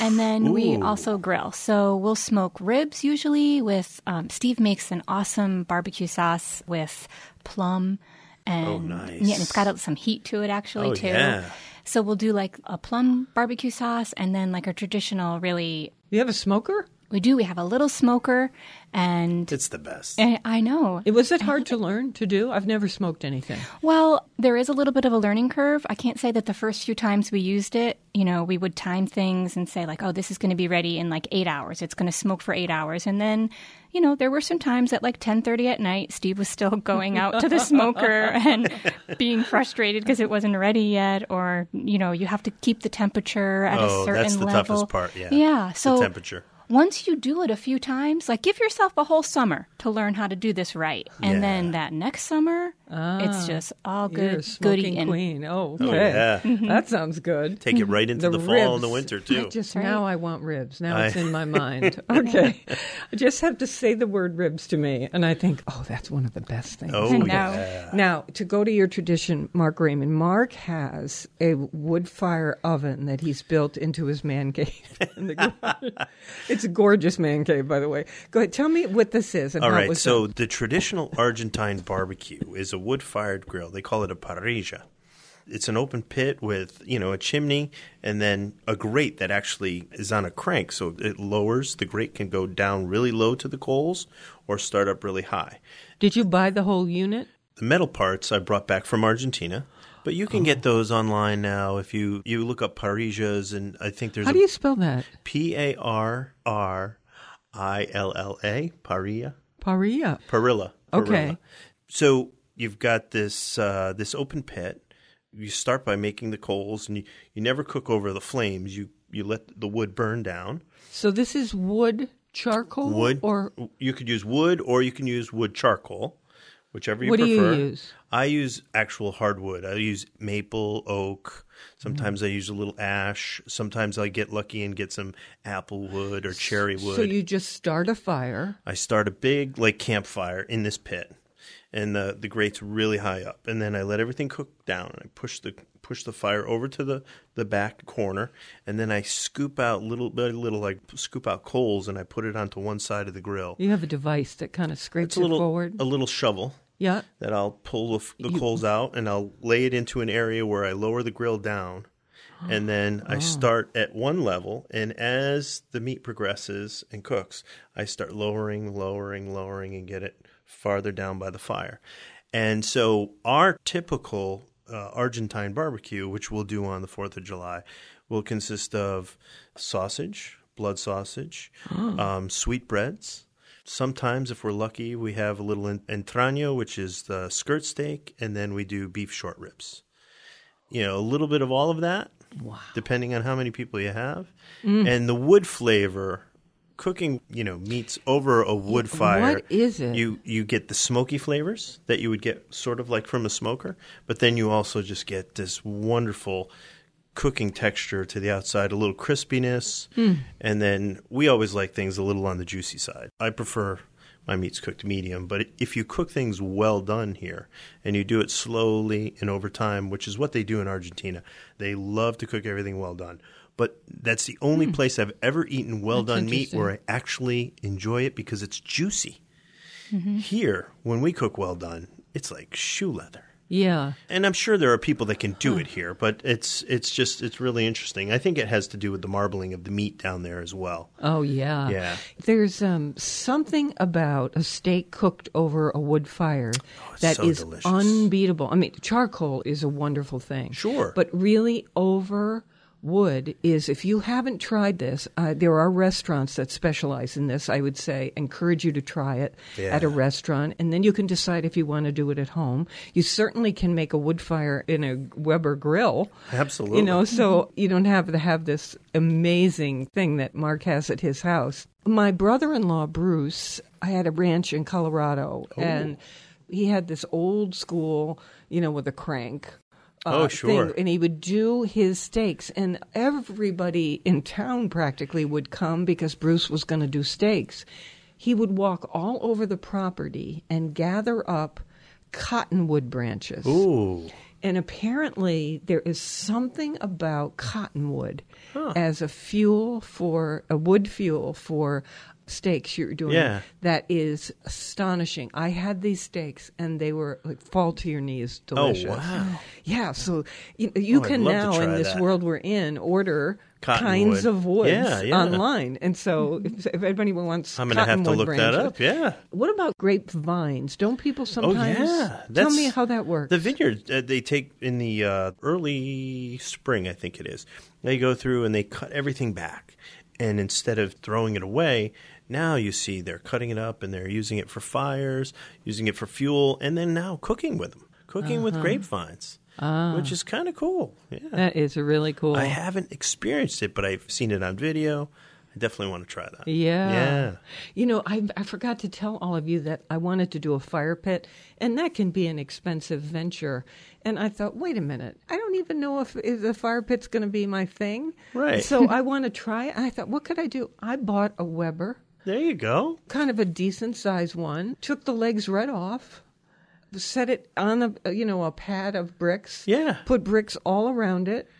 [SPEAKER 4] and then we
[SPEAKER 8] Ooh.
[SPEAKER 4] also grill. So we'll smoke ribs usually with um, Steve makes an awesome barbecue sauce with plum, and
[SPEAKER 8] Oh, nice.
[SPEAKER 4] yeah, and it's got some heat to it actually
[SPEAKER 8] Oh,
[SPEAKER 4] too.
[SPEAKER 8] yeah.
[SPEAKER 4] So we'll do like a plum barbecue sauce, and then like a traditional. Really,
[SPEAKER 1] (laughs) you have a smoker?
[SPEAKER 4] we do. We have a little smoker, and,
[SPEAKER 8] It's the best.
[SPEAKER 4] and I know
[SPEAKER 1] It was it hard to learn to do? I've never smoked anything.
[SPEAKER 4] Well, there is a little bit of a learning curve. I can't say that the first few times we used it, you know, we would time things and say, like, oh, this is going to be ready in like eight hours. It's going to smoke for eight hours. And then, you know, there were some times at like 1030 at night, Steve was still (laughs) going out to the
[SPEAKER 8] (laughs)
[SPEAKER 4] smoker and being frustrated because it wasn't ready yet. Or, you know, you have to keep the temperature at
[SPEAKER 8] Oh,
[SPEAKER 4] a certain
[SPEAKER 8] that's the
[SPEAKER 4] level.
[SPEAKER 8] toughest part, yeah.
[SPEAKER 4] Yeah.
[SPEAKER 8] The
[SPEAKER 4] So
[SPEAKER 8] temperature.
[SPEAKER 4] Once you do it a few times, like give yourself a whole summer to learn how to do this right. And
[SPEAKER 8] Yeah.
[SPEAKER 4] then that next summer, it's just all
[SPEAKER 1] Ah, You're a
[SPEAKER 4] good, goody,
[SPEAKER 1] smoking
[SPEAKER 4] and
[SPEAKER 1] queen. Oh, okay.
[SPEAKER 8] yeah.
[SPEAKER 1] That sounds good.
[SPEAKER 8] Take it right
[SPEAKER 1] (laughs)
[SPEAKER 8] into the, fall and the
[SPEAKER 1] ribs.
[SPEAKER 8] winter
[SPEAKER 1] I
[SPEAKER 8] too.
[SPEAKER 1] just
[SPEAKER 4] Right.
[SPEAKER 1] now I want ribs. Now it's
[SPEAKER 8] I-
[SPEAKER 1] in
[SPEAKER 8] (laughs)
[SPEAKER 1] my mind. Okay, I just have to say the word ribs to me, and I think, oh, that's one of the best things.
[SPEAKER 8] Oh,
[SPEAKER 4] I know.
[SPEAKER 8] yeah.
[SPEAKER 1] Now to go to your tradition, Mark Raymond. Mark has a wood fire oven that he's built into his man cave. (laughs) in the
[SPEAKER 8] (laughs)
[SPEAKER 1] garage. it's a gorgeous man cave, by the way. Go ahead, tell me what this is and
[SPEAKER 8] All
[SPEAKER 1] how it
[SPEAKER 8] right,
[SPEAKER 1] was
[SPEAKER 8] so
[SPEAKER 1] done.
[SPEAKER 8] the traditional Argentine barbecue is a wood-fired grill. They call it a parrilla. It's an open pit with, you know, a chimney and then a grate that actually is on a crank. So it lowers, the grate can go down really low to the coals or start up really high.
[SPEAKER 1] Did you buy the whole unit?
[SPEAKER 8] The metal parts I brought back from Argentina, but you can
[SPEAKER 1] Oh.
[SPEAKER 8] get those online now if you you look up parrillas and I think there's
[SPEAKER 1] How
[SPEAKER 8] a
[SPEAKER 1] do you spell that?
[SPEAKER 8] P A R R I L L A parrilla.
[SPEAKER 1] Paria.
[SPEAKER 8] Perilla.
[SPEAKER 1] Okay.
[SPEAKER 8] So you've got this uh, this open pit. You start by making the coals, and you, you never cook over the flames. You you let the wood burn down.
[SPEAKER 1] So this is wood charcoal
[SPEAKER 8] Wood
[SPEAKER 1] or
[SPEAKER 8] you could use wood, or you can use wood charcoal, whichever you
[SPEAKER 1] What do you
[SPEAKER 8] prefer.
[SPEAKER 1] use?
[SPEAKER 8] I use actual hardwood. I use maple, oak. Sometimes I use a little ash. Sometimes I get lucky and get some apple wood or cherry wood.
[SPEAKER 1] So you just start a fire.
[SPEAKER 8] I start a big like campfire in this pit, and the the grate's really high up, and then I let everything cook down, and I push the push the fire over to the the back corner, and then I scoop out little by little like scoop out coals, and I put it onto one side of the grill.
[SPEAKER 1] You have a device that kind of scrapes
[SPEAKER 8] It's a little
[SPEAKER 1] it forward.
[SPEAKER 8] a little shovel
[SPEAKER 1] yeah.
[SPEAKER 8] that I'll pull the, f- the coals out, and I'll lay it into an area where I lower the grill down. And then I start at one level, and as the meat progresses and cooks, I start lowering, lowering, lowering, and get it farther down by the fire. And so, our typical uh, Argentine barbecue, which we'll do on the 4th of July, will consist of sausage, blood sausage, um, sweetbreads. Sometimes, if we're lucky, we have a little en- entraño, which is the skirt steak, and then we do beef short ribs you know, a little bit of all of that, depending on how many people you have.
[SPEAKER 1] Mm.
[SPEAKER 8] And the wood flavor, cooking, you know, meats over a wood fire.
[SPEAKER 1] is it?
[SPEAKER 8] You you get the smoky flavors that you would get sort of like from a smoker, but then you also just get this wonderful cooking texture to the outside, a little crispiness, and then we always like things a little on the juicy side. I prefer my meat's cooked medium, but if you cook things well done here and you do it slowly and over time, which is what they do in Argentina, they love to cook everything well done. But that's the only place I've ever eaten well done meat where I actually enjoy it because it's juicy. Here, when we cook well done, it's like shoe leather
[SPEAKER 1] Yeah.
[SPEAKER 8] and I'm sure there are people that can do it here, but it's it's just it's really interesting. I think it has to do with the marbling of the meat down there as well.
[SPEAKER 1] Oh yeah.
[SPEAKER 8] Yeah.
[SPEAKER 1] There's um, something about a steak cooked over a wood fire
[SPEAKER 8] Oh, it's
[SPEAKER 1] that is
[SPEAKER 8] so delicious.
[SPEAKER 1] unbeatable. I mean, charcoal is a wonderful thing.
[SPEAKER 8] Sure.
[SPEAKER 1] But really over wood is if you haven't tried this, uh, there are restaurants that specialize in this. I would say encourage you to try it at a
[SPEAKER 8] Yeah.
[SPEAKER 1] restaurant and then you can decide if you want to do it at home. You certainly can make a wood fire in a Weber grill.
[SPEAKER 8] Absolutely.
[SPEAKER 1] You know, so
[SPEAKER 8] Mm-hmm.
[SPEAKER 1] you don't have to have this amazing thing that Mark has at his house. My brother in law, Bruce, I had a ranch in Colorado,
[SPEAKER 8] Oh.
[SPEAKER 1] and he had this old school, you know, with a crank. uh,
[SPEAKER 8] Oh, sure.
[SPEAKER 1] and he would do his steaks, and everybody in town practically would come because Bruce was going to do steaks. He would walk all over the property and gather up cottonwood branches.
[SPEAKER 8] Ooh,
[SPEAKER 1] And apparently, there is something about cottonwood as a fuel for a wood fuel for steaks you're doing
[SPEAKER 8] Yeah.
[SPEAKER 1] that is astonishing. I had these steaks and they were like fall to your knees delicious.
[SPEAKER 8] Oh, wow.
[SPEAKER 1] Yeah, so you, you
[SPEAKER 8] Oh, I'd
[SPEAKER 1] can
[SPEAKER 8] love to
[SPEAKER 1] now in
[SPEAKER 8] try
[SPEAKER 1] this
[SPEAKER 8] that.
[SPEAKER 1] world we're in order
[SPEAKER 8] Cottonwood.
[SPEAKER 1] kinds of woods
[SPEAKER 8] Yeah, yeah.
[SPEAKER 1] online. And so if, if anybody wants
[SPEAKER 8] I'm gonna have to
[SPEAKER 1] cottonwood
[SPEAKER 8] look
[SPEAKER 1] branches,
[SPEAKER 8] that up. Yeah.
[SPEAKER 1] What about grapevines? Don't people
[SPEAKER 8] Oh
[SPEAKER 1] sometimes
[SPEAKER 8] yeah.
[SPEAKER 1] tell
[SPEAKER 8] That's-
[SPEAKER 1] me how that works?
[SPEAKER 8] The vineyard uh, they take in the uh, early spring, I think it is. They go through and they cut everything back, and instead of throwing it away. Now you see they're cutting it up and they're using it for fires, using it for fuel, and then now cooking with them, cooking
[SPEAKER 1] Uh-huh.
[SPEAKER 8] with grapevines, which is kind of cool. Yeah.
[SPEAKER 1] That is really Ah. cool.
[SPEAKER 8] I haven't experienced it, but I've seen it on video. I definitely want to try that.
[SPEAKER 1] Yeah.
[SPEAKER 8] Yeah.
[SPEAKER 1] You know, I, I forgot to tell all of you that I wanted to do a fire pit, and that can be an expensive venture. And I thought, wait a minute, I don't even know if, if the fire pit's going to be my thing.
[SPEAKER 8] Right. (laughs)
[SPEAKER 1] So I want to try it. I thought, what could I do? I bought a Weber,
[SPEAKER 8] There you go.
[SPEAKER 1] kind of a decent size one, took the legs right off. Set it on a you know a pad of bricks.
[SPEAKER 8] Yeah.
[SPEAKER 1] Put bricks all around it,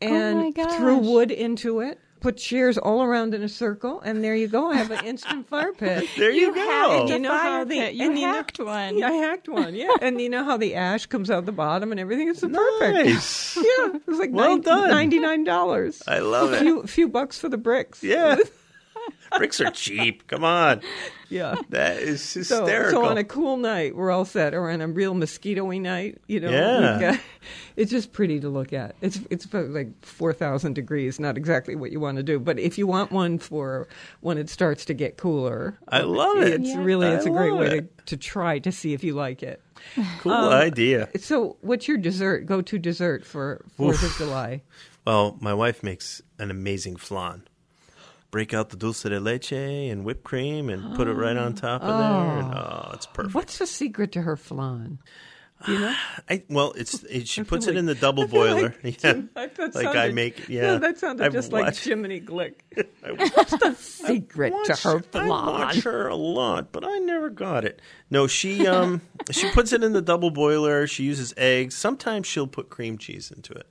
[SPEAKER 1] and
[SPEAKER 4] my gosh.
[SPEAKER 1] threw wood into it. Put chairs all around in a circle, and there you go. I have an (laughs) instant fire pit.
[SPEAKER 8] There you,
[SPEAKER 4] hacked
[SPEAKER 8] go.
[SPEAKER 4] a
[SPEAKER 1] You know how
[SPEAKER 4] fire
[SPEAKER 1] the-
[SPEAKER 4] pit. You
[SPEAKER 1] and you know-
[SPEAKER 4] hacked one. (laughs)
[SPEAKER 1] Yeah, I hacked one. Yeah, and you know how the ash comes out the bottom and everything. It's perfect. (laughs)
[SPEAKER 8] Nice.
[SPEAKER 1] Yeah, it was like
[SPEAKER 8] Well done.
[SPEAKER 1] ninety nine dollars.
[SPEAKER 8] I love
[SPEAKER 1] a
[SPEAKER 8] it.
[SPEAKER 1] few, few bucks for the bricks. (laughs)
[SPEAKER 8] Yeah. Bricks are cheap. Come on.
[SPEAKER 1] yeah.
[SPEAKER 8] That is
[SPEAKER 1] So,
[SPEAKER 8] hysterical.
[SPEAKER 1] so on a cool night, we're all set, or on a real mosquitoy night, you know,
[SPEAKER 8] Yeah.
[SPEAKER 1] we've got- (laughs) it's just pretty to look at. It's it's about like four thousand degrees, not exactly what you want to do, but if you want one for when it starts to get cooler,
[SPEAKER 8] I love it.
[SPEAKER 1] it's really
[SPEAKER 8] I
[SPEAKER 1] it's a great
[SPEAKER 8] love
[SPEAKER 1] way to, um,
[SPEAKER 8] it.
[SPEAKER 1] to try to see if you like it.
[SPEAKER 8] cool idea.
[SPEAKER 1] So, what's your dessert? Go to dessert for Fourth of July.
[SPEAKER 8] Well, my wife makes an amazing flan. Break out the dulce de leche and whipped cream and put it right on top of there.
[SPEAKER 1] (gasps)
[SPEAKER 8] And, oh, it's perfect.
[SPEAKER 1] What's the secret to her flan?
[SPEAKER 8] I, well, it's it, she puts it
[SPEAKER 1] like-
[SPEAKER 8] in the
[SPEAKER 1] (laughs)
[SPEAKER 8] double
[SPEAKER 1] I feel
[SPEAKER 8] boiler. (laughs)
[SPEAKER 1] Like,
[SPEAKER 8] yeah,
[SPEAKER 1] That sounded,
[SPEAKER 8] like I make.
[SPEAKER 1] (laughs)
[SPEAKER 8] Yeah,
[SPEAKER 1] no, that sounded
[SPEAKER 8] I've
[SPEAKER 1] just like
[SPEAKER 8] watched-
[SPEAKER 1] Jiminy Glick.
[SPEAKER 8] (laughs) I
[SPEAKER 1] Secret to
[SPEAKER 8] watched-
[SPEAKER 1] her
[SPEAKER 8] I watch
[SPEAKER 1] flan.
[SPEAKER 8] her a lot, but I never got it. No,
[SPEAKER 1] (laughs)
[SPEAKER 8] she um she puts it in the double boiler. She uses eggs. Sometimes she'll put cream cheese into it,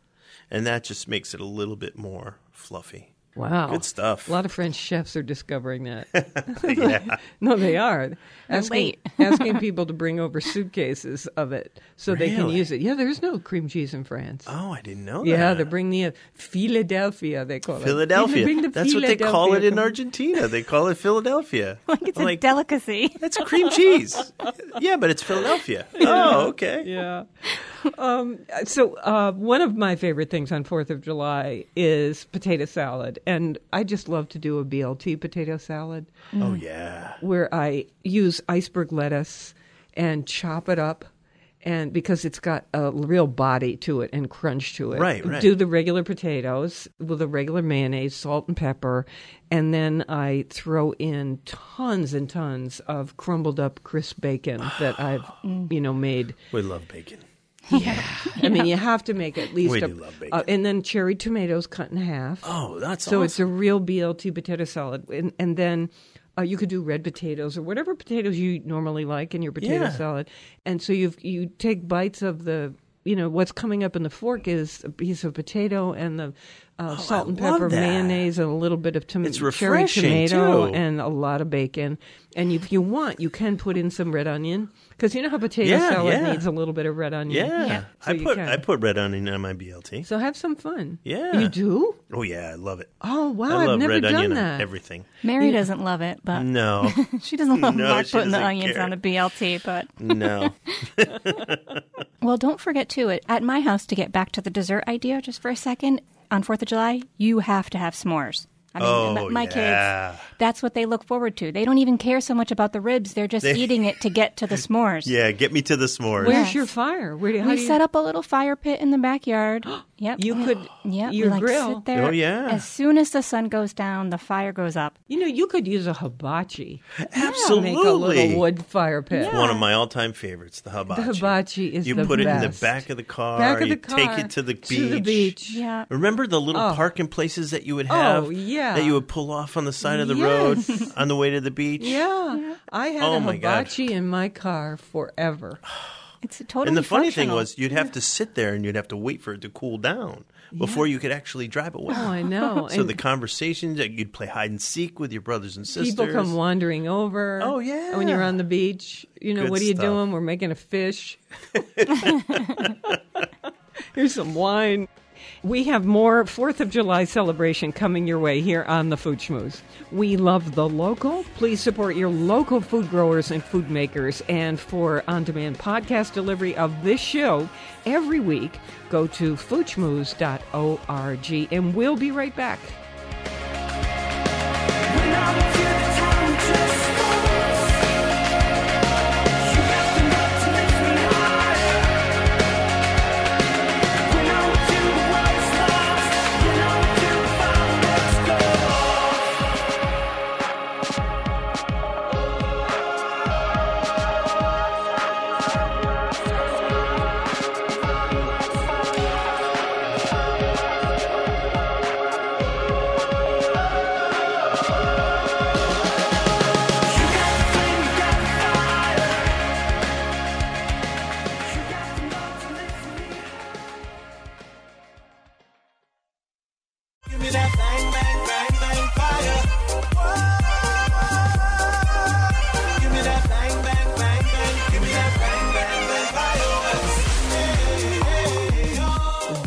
[SPEAKER 8] and that just makes it a little bit more fluffy.
[SPEAKER 1] Wow,
[SPEAKER 8] Good stuff.
[SPEAKER 1] A lot of French chefs are discovering
[SPEAKER 8] (laughs)
[SPEAKER 1] that. (laughs) no, they are asking
[SPEAKER 4] late.
[SPEAKER 1] (laughs) asking people to bring over suitcases of it so they can
[SPEAKER 8] Really?
[SPEAKER 1] use it. Yeah, there's no cream cheese in France.
[SPEAKER 8] Oh, I didn't know
[SPEAKER 1] yeah,
[SPEAKER 8] that.
[SPEAKER 1] they bring the uh, Philadelphia. They call
[SPEAKER 8] (laughs) Philadelphia.
[SPEAKER 1] it Bring the
[SPEAKER 8] That's what they call it in
[SPEAKER 1] Philadelphia.
[SPEAKER 8] Argentina. They call
[SPEAKER 1] (laughs)
[SPEAKER 8] it Philadelphia. like
[SPEAKER 4] It's a delicacy.
[SPEAKER 8] that's cream cheese. yeah, but it's Philadelphia. Oh, okay.
[SPEAKER 1] yeah. Um, so uh, one of my favorite things on Fourth of July is potato salad, and I just love to do a BLT potato salad
[SPEAKER 8] Oh, yeah.
[SPEAKER 1] where I use iceberg lettuce and chop it up. And because it's got a real body to it and crunch to it,
[SPEAKER 8] Right, right.
[SPEAKER 1] Do the regular potatoes with a regular mayonnaise, salt and pepper, and then I throw in tons and tons of crumbled up crisp bacon that
[SPEAKER 8] (sighs)
[SPEAKER 1] I've, you know, made.
[SPEAKER 8] We love bacon.
[SPEAKER 1] I mean, you have to make at least
[SPEAKER 8] We
[SPEAKER 1] a,
[SPEAKER 8] do love bacon.
[SPEAKER 1] uh, and then cherry tomatoes cut in half.
[SPEAKER 8] Oh, that's
[SPEAKER 1] so it's a
[SPEAKER 8] awesome.
[SPEAKER 1] real BLT potato salad, and and then. Uh, you could do red potatoes or whatever potatoes you normally like in your potato
[SPEAKER 8] Yeah.
[SPEAKER 1] salad, and so you you take bites of the you know what's coming up in the fork is a piece of potato and the uh, salt and
[SPEAKER 8] Oh, love
[SPEAKER 1] pepper
[SPEAKER 8] that.
[SPEAKER 1] mayonnaise and a little bit of tom-
[SPEAKER 8] It's
[SPEAKER 1] cherry
[SPEAKER 8] refreshing,
[SPEAKER 1] tomato
[SPEAKER 8] too.
[SPEAKER 1] and a lot of bacon. And if you want, you can put in some red onion because you know how potato
[SPEAKER 8] Yeah,
[SPEAKER 1] salad
[SPEAKER 8] yeah.
[SPEAKER 1] needs a little bit of red onion.
[SPEAKER 8] yeah.
[SPEAKER 1] So
[SPEAKER 8] I
[SPEAKER 1] you
[SPEAKER 8] put
[SPEAKER 1] can.
[SPEAKER 8] I put red onion on my BLT.
[SPEAKER 1] So have some fun.
[SPEAKER 8] Yeah.
[SPEAKER 1] You do?
[SPEAKER 8] Oh yeah, I love it.
[SPEAKER 1] Oh wow,
[SPEAKER 8] I love
[SPEAKER 1] I've never
[SPEAKER 8] red
[SPEAKER 1] done
[SPEAKER 8] onion
[SPEAKER 1] that. Uh,
[SPEAKER 8] on everything.
[SPEAKER 4] Mary doesn't love it, but
[SPEAKER 1] (laughs)
[SPEAKER 8] No.
[SPEAKER 4] (laughs) she doesn't love
[SPEAKER 8] No,
[SPEAKER 4] not
[SPEAKER 8] she
[SPEAKER 4] putting the
[SPEAKER 8] doesn't
[SPEAKER 4] onions
[SPEAKER 8] care.
[SPEAKER 4] on a BLT. But
[SPEAKER 8] no.
[SPEAKER 4] well, don't forget too. It at my house to get back to the dessert idea just for a second. On Fourth of July, you have to have s'mores. I mean,
[SPEAKER 8] Oh,
[SPEAKER 4] my, my
[SPEAKER 8] yeah.
[SPEAKER 4] kids, that's what they look forward to. They don't even care so much about the ribs; they're just eating it to get
[SPEAKER 8] (laughs)
[SPEAKER 4] to the s'mores.
[SPEAKER 8] Yeah, get me to the s'mores.
[SPEAKER 1] Where's
[SPEAKER 4] Yes.
[SPEAKER 1] your fire? Where do how
[SPEAKER 4] We
[SPEAKER 1] do you
[SPEAKER 4] set up a little fire pit in
[SPEAKER 1] (gasps)
[SPEAKER 4] the backyard. (gasps) yep.
[SPEAKER 1] You could
[SPEAKER 4] Yeah, we
[SPEAKER 1] your
[SPEAKER 4] like
[SPEAKER 1] grill.
[SPEAKER 4] sit there.
[SPEAKER 8] Oh, yeah.
[SPEAKER 4] As soon as the sun goes down, the fire goes up.
[SPEAKER 1] You know, you could use a hibachi.
[SPEAKER 8] Absolutely.
[SPEAKER 1] Make a little wood fire pit.
[SPEAKER 8] One of my all-time favorites, the hibachi.
[SPEAKER 1] hibachi is
[SPEAKER 8] you
[SPEAKER 1] the
[SPEAKER 8] put it in the
[SPEAKER 1] best.
[SPEAKER 8] back of the car.
[SPEAKER 1] Back of
[SPEAKER 8] you
[SPEAKER 1] the car
[SPEAKER 8] take it to the beach.
[SPEAKER 1] to the beach. Oh.
[SPEAKER 4] Yeah.
[SPEAKER 8] Remember the little parking places that you would have?
[SPEAKER 1] yeah.
[SPEAKER 8] That you would pull off on the side of the
[SPEAKER 1] (laughs)
[SPEAKER 8] road
[SPEAKER 1] Yes.
[SPEAKER 8] on the way to the beach.
[SPEAKER 1] Yeah. I had
[SPEAKER 8] Oh,
[SPEAKER 1] a
[SPEAKER 8] my God.
[SPEAKER 1] hibachi in my car
[SPEAKER 8] (sighs)
[SPEAKER 1] forever.
[SPEAKER 4] It's totally.
[SPEAKER 8] And the funny thing
[SPEAKER 4] functional.
[SPEAKER 8] was, you'd have to sit there and you'd have to wait for it to cool down before you could actually drive away.
[SPEAKER 1] Oh, I know.
[SPEAKER 8] So
[SPEAKER 1] and
[SPEAKER 8] the conversations that you'd play hide and seek with your brothers and sisters.
[SPEAKER 1] people come wandering over.
[SPEAKER 8] Oh, yeah.
[SPEAKER 1] When you're on the beach, you know,
[SPEAKER 8] Good
[SPEAKER 1] what are you
[SPEAKER 8] stuff.
[SPEAKER 1] doing? We're making a fish. (laughs) Here's some wine. We have more 4th of July celebration coming your way here on the Food Schmooze. We love the local. Please support your local food growers and food makers. And for on demand podcast delivery of this show every week, go to foodschmooze.org and we'll be right back.
[SPEAKER 2] Let's go.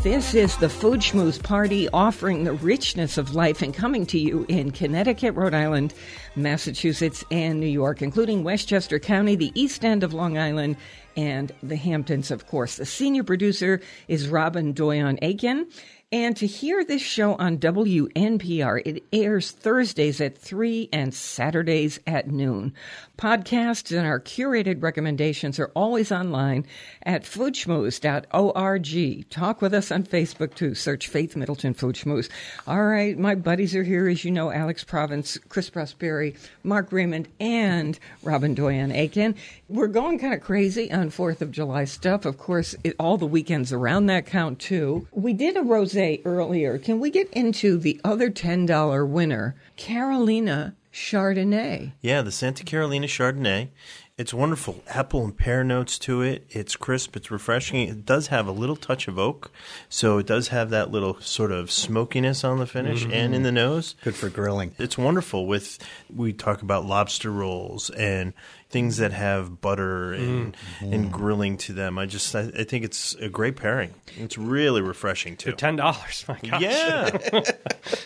[SPEAKER 1] This is the Food Schmooze Party offering the richness of life and coming to you in Connecticut, Rhode Island, Massachusetts, and New York, including Westchester County, the east end of Long Island, and the Hamptons, of course. The senior producer is Robin Doyon Aiken. And to hear this show on WNPR, it airs Thursdays at 3 and Saturdays at noon. Podcasts and our curated recommendations are always online at foodschmooze.org. Talk with us on Facebook too. Search Faith Middleton Food Schmooze. All right, my buddies are here, as you know Alex Province, Chris Prosperi, Mark Raymond, and Robin Doyen Aiken. We're going kind of crazy on 4th of July stuff. Of course, it, all the weekends around that count too. We did a rose earlier. Can we get into the other $10 winner, Carolina Chardonnay?
[SPEAKER 8] Yeah, the Santa Carolina Chardonnay. It's wonderful. Apple and pear notes to it. It's crisp. It's refreshing. It does have a little touch of oak, so it does have that little sort of smokiness on the finish and in the nose.
[SPEAKER 3] Good for grilling.
[SPEAKER 8] It's wonderful. With we talk about lobster rolls and things that have butter and and grilling to them. I just I, I think it's a great pairing. It's really refreshing too.
[SPEAKER 5] Ten dollars, my gosh.
[SPEAKER 8] Yeah.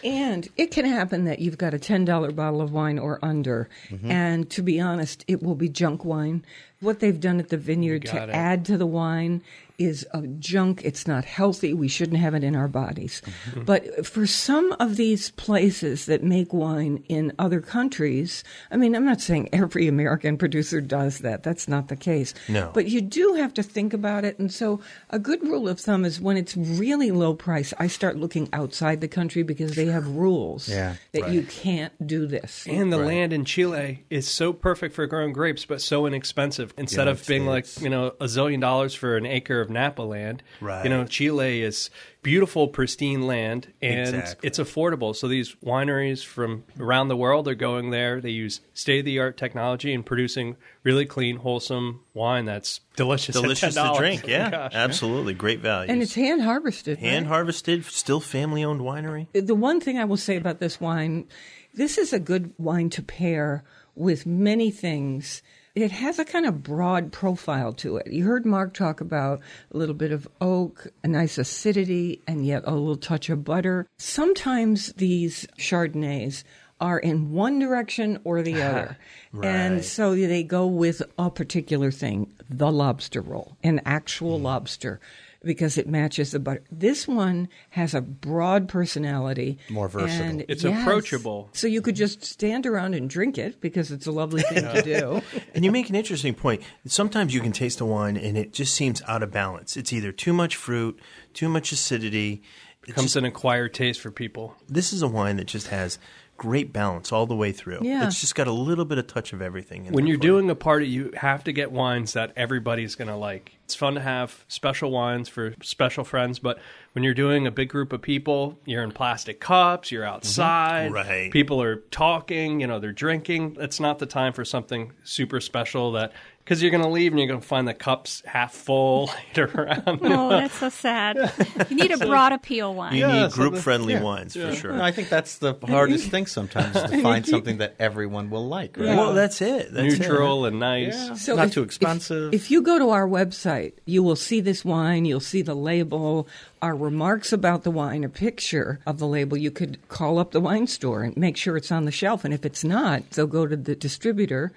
[SPEAKER 1] And it can happen that you've got a $10 bottle of wine or under. And to be honest, it will be junk wine. What they've done at the vineyard to add to the wine is a junk. It's not healthy. We shouldn't have it in our bodies. But for some of these places that make wine in other countries, I mean, I'm not saying every American producer does that. That's not the case.
[SPEAKER 8] No.
[SPEAKER 1] But you do have to think about it. And so a good rule of thumb is when it's really low price, I start looking outside the country because they have rules
[SPEAKER 3] Yeah.
[SPEAKER 1] that you can't do this.
[SPEAKER 5] And the land in Chile is so perfect for growing grapes, but so inexpensive. Instead of being like you know a zillion dollars for an acre of Napa land,
[SPEAKER 8] Right.
[SPEAKER 5] You know, Chile is beautiful, pristine land, and
[SPEAKER 8] Exactly.
[SPEAKER 5] it's affordable. So these wineries from around the world are going there. They use state of the art technology and producing really clean, wholesome wine that's delicious. at
[SPEAKER 8] Delicious to
[SPEAKER 5] $10.
[SPEAKER 8] drink.
[SPEAKER 5] (laughs) Oh my
[SPEAKER 8] Yeah.
[SPEAKER 5] gosh.
[SPEAKER 8] Absolutely. Great value.
[SPEAKER 1] And it's hand harvested.
[SPEAKER 8] hand harvested, still family owned winery.
[SPEAKER 1] Uh, the one thing I will say about this wine, this is a good wine to pair with many things. It has a kind of broad profile to it. You heard Mark talk about a little bit of oak, a nice acidity, and yet a little touch of butter. Sometimes these Chardonnays are in one direction or the other. And so they go with a particular thing, the lobster roll, an actual
[SPEAKER 3] Mm.
[SPEAKER 1] lobster, because it matches the butter. This one has a broad personality.
[SPEAKER 3] More versatile.
[SPEAKER 1] and-
[SPEAKER 5] It's
[SPEAKER 1] yes.
[SPEAKER 5] approachable.
[SPEAKER 1] So you could just stand around and drink it because it's a lovely thing to
[SPEAKER 3] (laughs)
[SPEAKER 1] do.
[SPEAKER 8] And you make an interesting point. Sometimes you can taste a wine and it just seems out of balance. It's either too much fruit, too much acidity. It's
[SPEAKER 5] Comes
[SPEAKER 8] just-
[SPEAKER 5] an acquired taste for people.
[SPEAKER 8] this is a wine that just has great balance all the way through.
[SPEAKER 1] Yeah.
[SPEAKER 8] It's just got a little bit of touch of everything. in
[SPEAKER 5] When
[SPEAKER 8] there
[SPEAKER 5] you're
[SPEAKER 8] for you.
[SPEAKER 5] doing a party, you have to get wines that everybody's going to like. It's fun to have special wines for special friends, but when you're doing a big group of people, you're in plastic cups, you're outside,
[SPEAKER 8] Mm-hmm. Right.
[SPEAKER 5] people are talking, you know, they're drinking. It's not the time for something super special that because you're going to leave and you're going to find the cups half full (laughs) later around.
[SPEAKER 4] Oh, that's so
[SPEAKER 8] (laughs)
[SPEAKER 4] sad. You need a broad appeal wine.
[SPEAKER 8] you need group friendly wines for sure.
[SPEAKER 3] I think that's the hardest thing sometimes (laughs) is to find something that everyone will like. Right?
[SPEAKER 8] Well, that's it. That's it.
[SPEAKER 5] Neutral and nice.
[SPEAKER 1] So
[SPEAKER 3] Not
[SPEAKER 1] if-
[SPEAKER 3] too
[SPEAKER 1] if-
[SPEAKER 3] expensive.
[SPEAKER 1] If, you go to our website, you will see this wine, you'll see the label, our remarks about the wine, a picture of the label. You could call up the wine store and make sure it's on the shelf. And if it's not, they'll go to the distributor,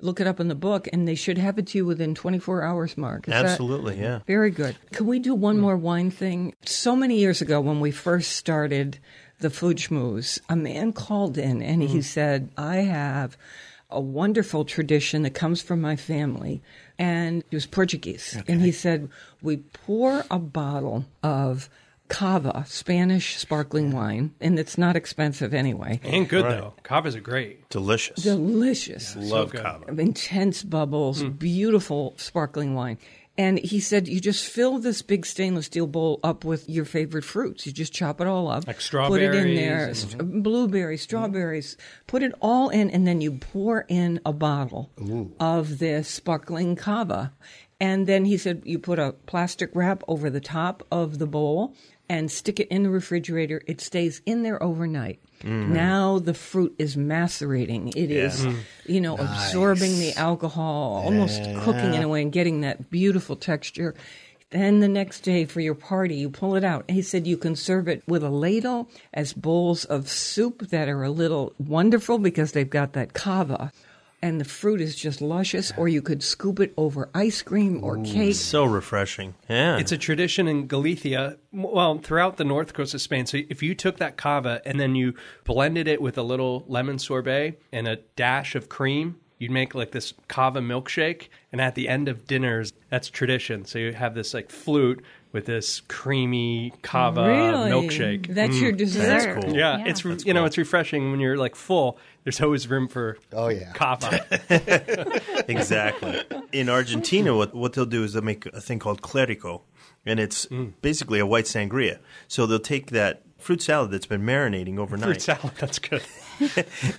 [SPEAKER 1] look it up in the book, and they should have it to you within 24 hours, Mark. Is that-
[SPEAKER 8] Absolutely, yeah.
[SPEAKER 1] Very good. Mm. Can we do one more wine thing? So many years ago, when we first started the food schmooze, a man called in and he said, I have a wonderful tradition that comes from my family. And he was Portuguese. And he said, We pour a bottle of cava, Spanish sparkling wine, and it's not expensive anyway.
[SPEAKER 5] And good, though. Cavas are great.
[SPEAKER 8] Delicious.
[SPEAKER 1] Delicious
[SPEAKER 8] Love Cava.
[SPEAKER 1] of intense
[SPEAKER 5] Hmm.
[SPEAKER 1] bubbles, beautiful sparkling wine. And he said, you just fill this big stainless steel bowl up with your favorite fruits. You just chop it all up,
[SPEAKER 5] Like
[SPEAKER 1] put it in
[SPEAKER 5] strawberries mm-hmm.
[SPEAKER 1] there,
[SPEAKER 5] and-
[SPEAKER 1] st- blueberries, strawberries, put it all in, and then you pour in a bottle of this sparkling cava. And then he said, you put a plastic wrap over the top of the bowl and stick it in the refrigerator. It stays in there overnight.
[SPEAKER 5] Mm-hmm.
[SPEAKER 1] Now the fruit is macerating. It is, you know, absorbing the alcohol, almost cooking in a way and getting that beautiful texture. Then the next day for your party, you pull it out. He said you can serve it with a ladle as bowls of soup that are a little wonderful because they've got that kava. And the fruit is just luscious, or you could scoop it over ice cream or cake.
[SPEAKER 8] So refreshing. Yeah.
[SPEAKER 5] It's a tradition in Galicia, m- well, throughout the north coast of Spain. So if you took that cava and then you blended it with a little lemon sorbet and a dash of cream, you'd make like this cava milkshake. And at the end of dinners, that's tradition. So you have this like flute with this creamy cava
[SPEAKER 1] really?
[SPEAKER 5] uh, milkshake.
[SPEAKER 1] That's your dessert.
[SPEAKER 8] cool.
[SPEAKER 5] Yeah, it's re- you know it's refreshing when you're like full. There's always room for
[SPEAKER 3] Oh, yeah.
[SPEAKER 5] cava.
[SPEAKER 3] (laughs)
[SPEAKER 8] exactly. In Argentina, what, what they'll do is they'll make a thing called clerico, and it's
[SPEAKER 5] Mm.
[SPEAKER 8] basically a white sangria. So they'll take that fruit salad that's been marinating
[SPEAKER 5] Fruit
[SPEAKER 8] overnight,
[SPEAKER 5] salad, that's good.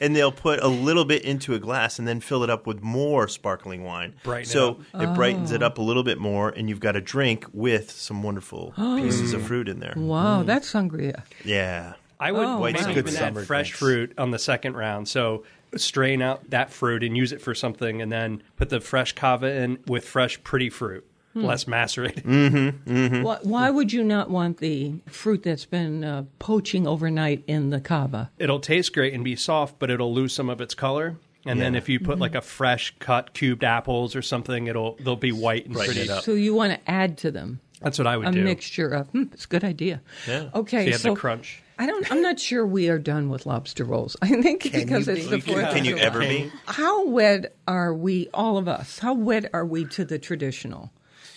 [SPEAKER 8] and they'll put a little bit into a glass and then fill it up with more sparkling wine.
[SPEAKER 5] Brighten it
[SPEAKER 8] so it, brightens
[SPEAKER 3] Oh.
[SPEAKER 8] it up a little bit more, and you've got a drink with
[SPEAKER 3] (gasps)
[SPEAKER 8] some wonderful pieces of fruit in there.
[SPEAKER 1] Wow, that's sangria.
[SPEAKER 8] Yeah.
[SPEAKER 5] I would
[SPEAKER 1] Oh,
[SPEAKER 5] wait
[SPEAKER 1] wow.
[SPEAKER 5] to
[SPEAKER 8] Good
[SPEAKER 5] even add
[SPEAKER 3] summer
[SPEAKER 5] fresh
[SPEAKER 3] drinks.
[SPEAKER 5] fruit on the second round. So strain out that fruit and use it for something, and then put the fresh cava in with fresh pretty fruit,
[SPEAKER 1] Hmm.
[SPEAKER 5] less macerated.
[SPEAKER 8] Hmm.
[SPEAKER 1] Why, why would you not want the fruit that's been uh, poaching overnight in the kava?
[SPEAKER 5] It'll taste great and be soft, but it'll lose some of its color. And then if you put like a
[SPEAKER 1] Mm-hmm.
[SPEAKER 5] fresh cut cubed apples or something, it'll they'll be white and
[SPEAKER 8] Brighten
[SPEAKER 5] pretty.
[SPEAKER 8] it up.
[SPEAKER 1] So you want to add to them
[SPEAKER 5] That's what I would
[SPEAKER 1] a
[SPEAKER 5] do.
[SPEAKER 1] mixture of. Hmm, it's a good idea.
[SPEAKER 8] Yeah.
[SPEAKER 5] So
[SPEAKER 1] Okay.
[SPEAKER 5] you have the crunch.
[SPEAKER 1] I don't. I'm not sure we are done with lobster rolls. I think because
[SPEAKER 3] you
[SPEAKER 1] it's the
[SPEAKER 3] be-
[SPEAKER 1] fourth.
[SPEAKER 8] Can
[SPEAKER 1] of
[SPEAKER 8] you
[SPEAKER 1] July.
[SPEAKER 8] ever be?
[SPEAKER 1] How wed are we, all of us? How wed are we to the traditional,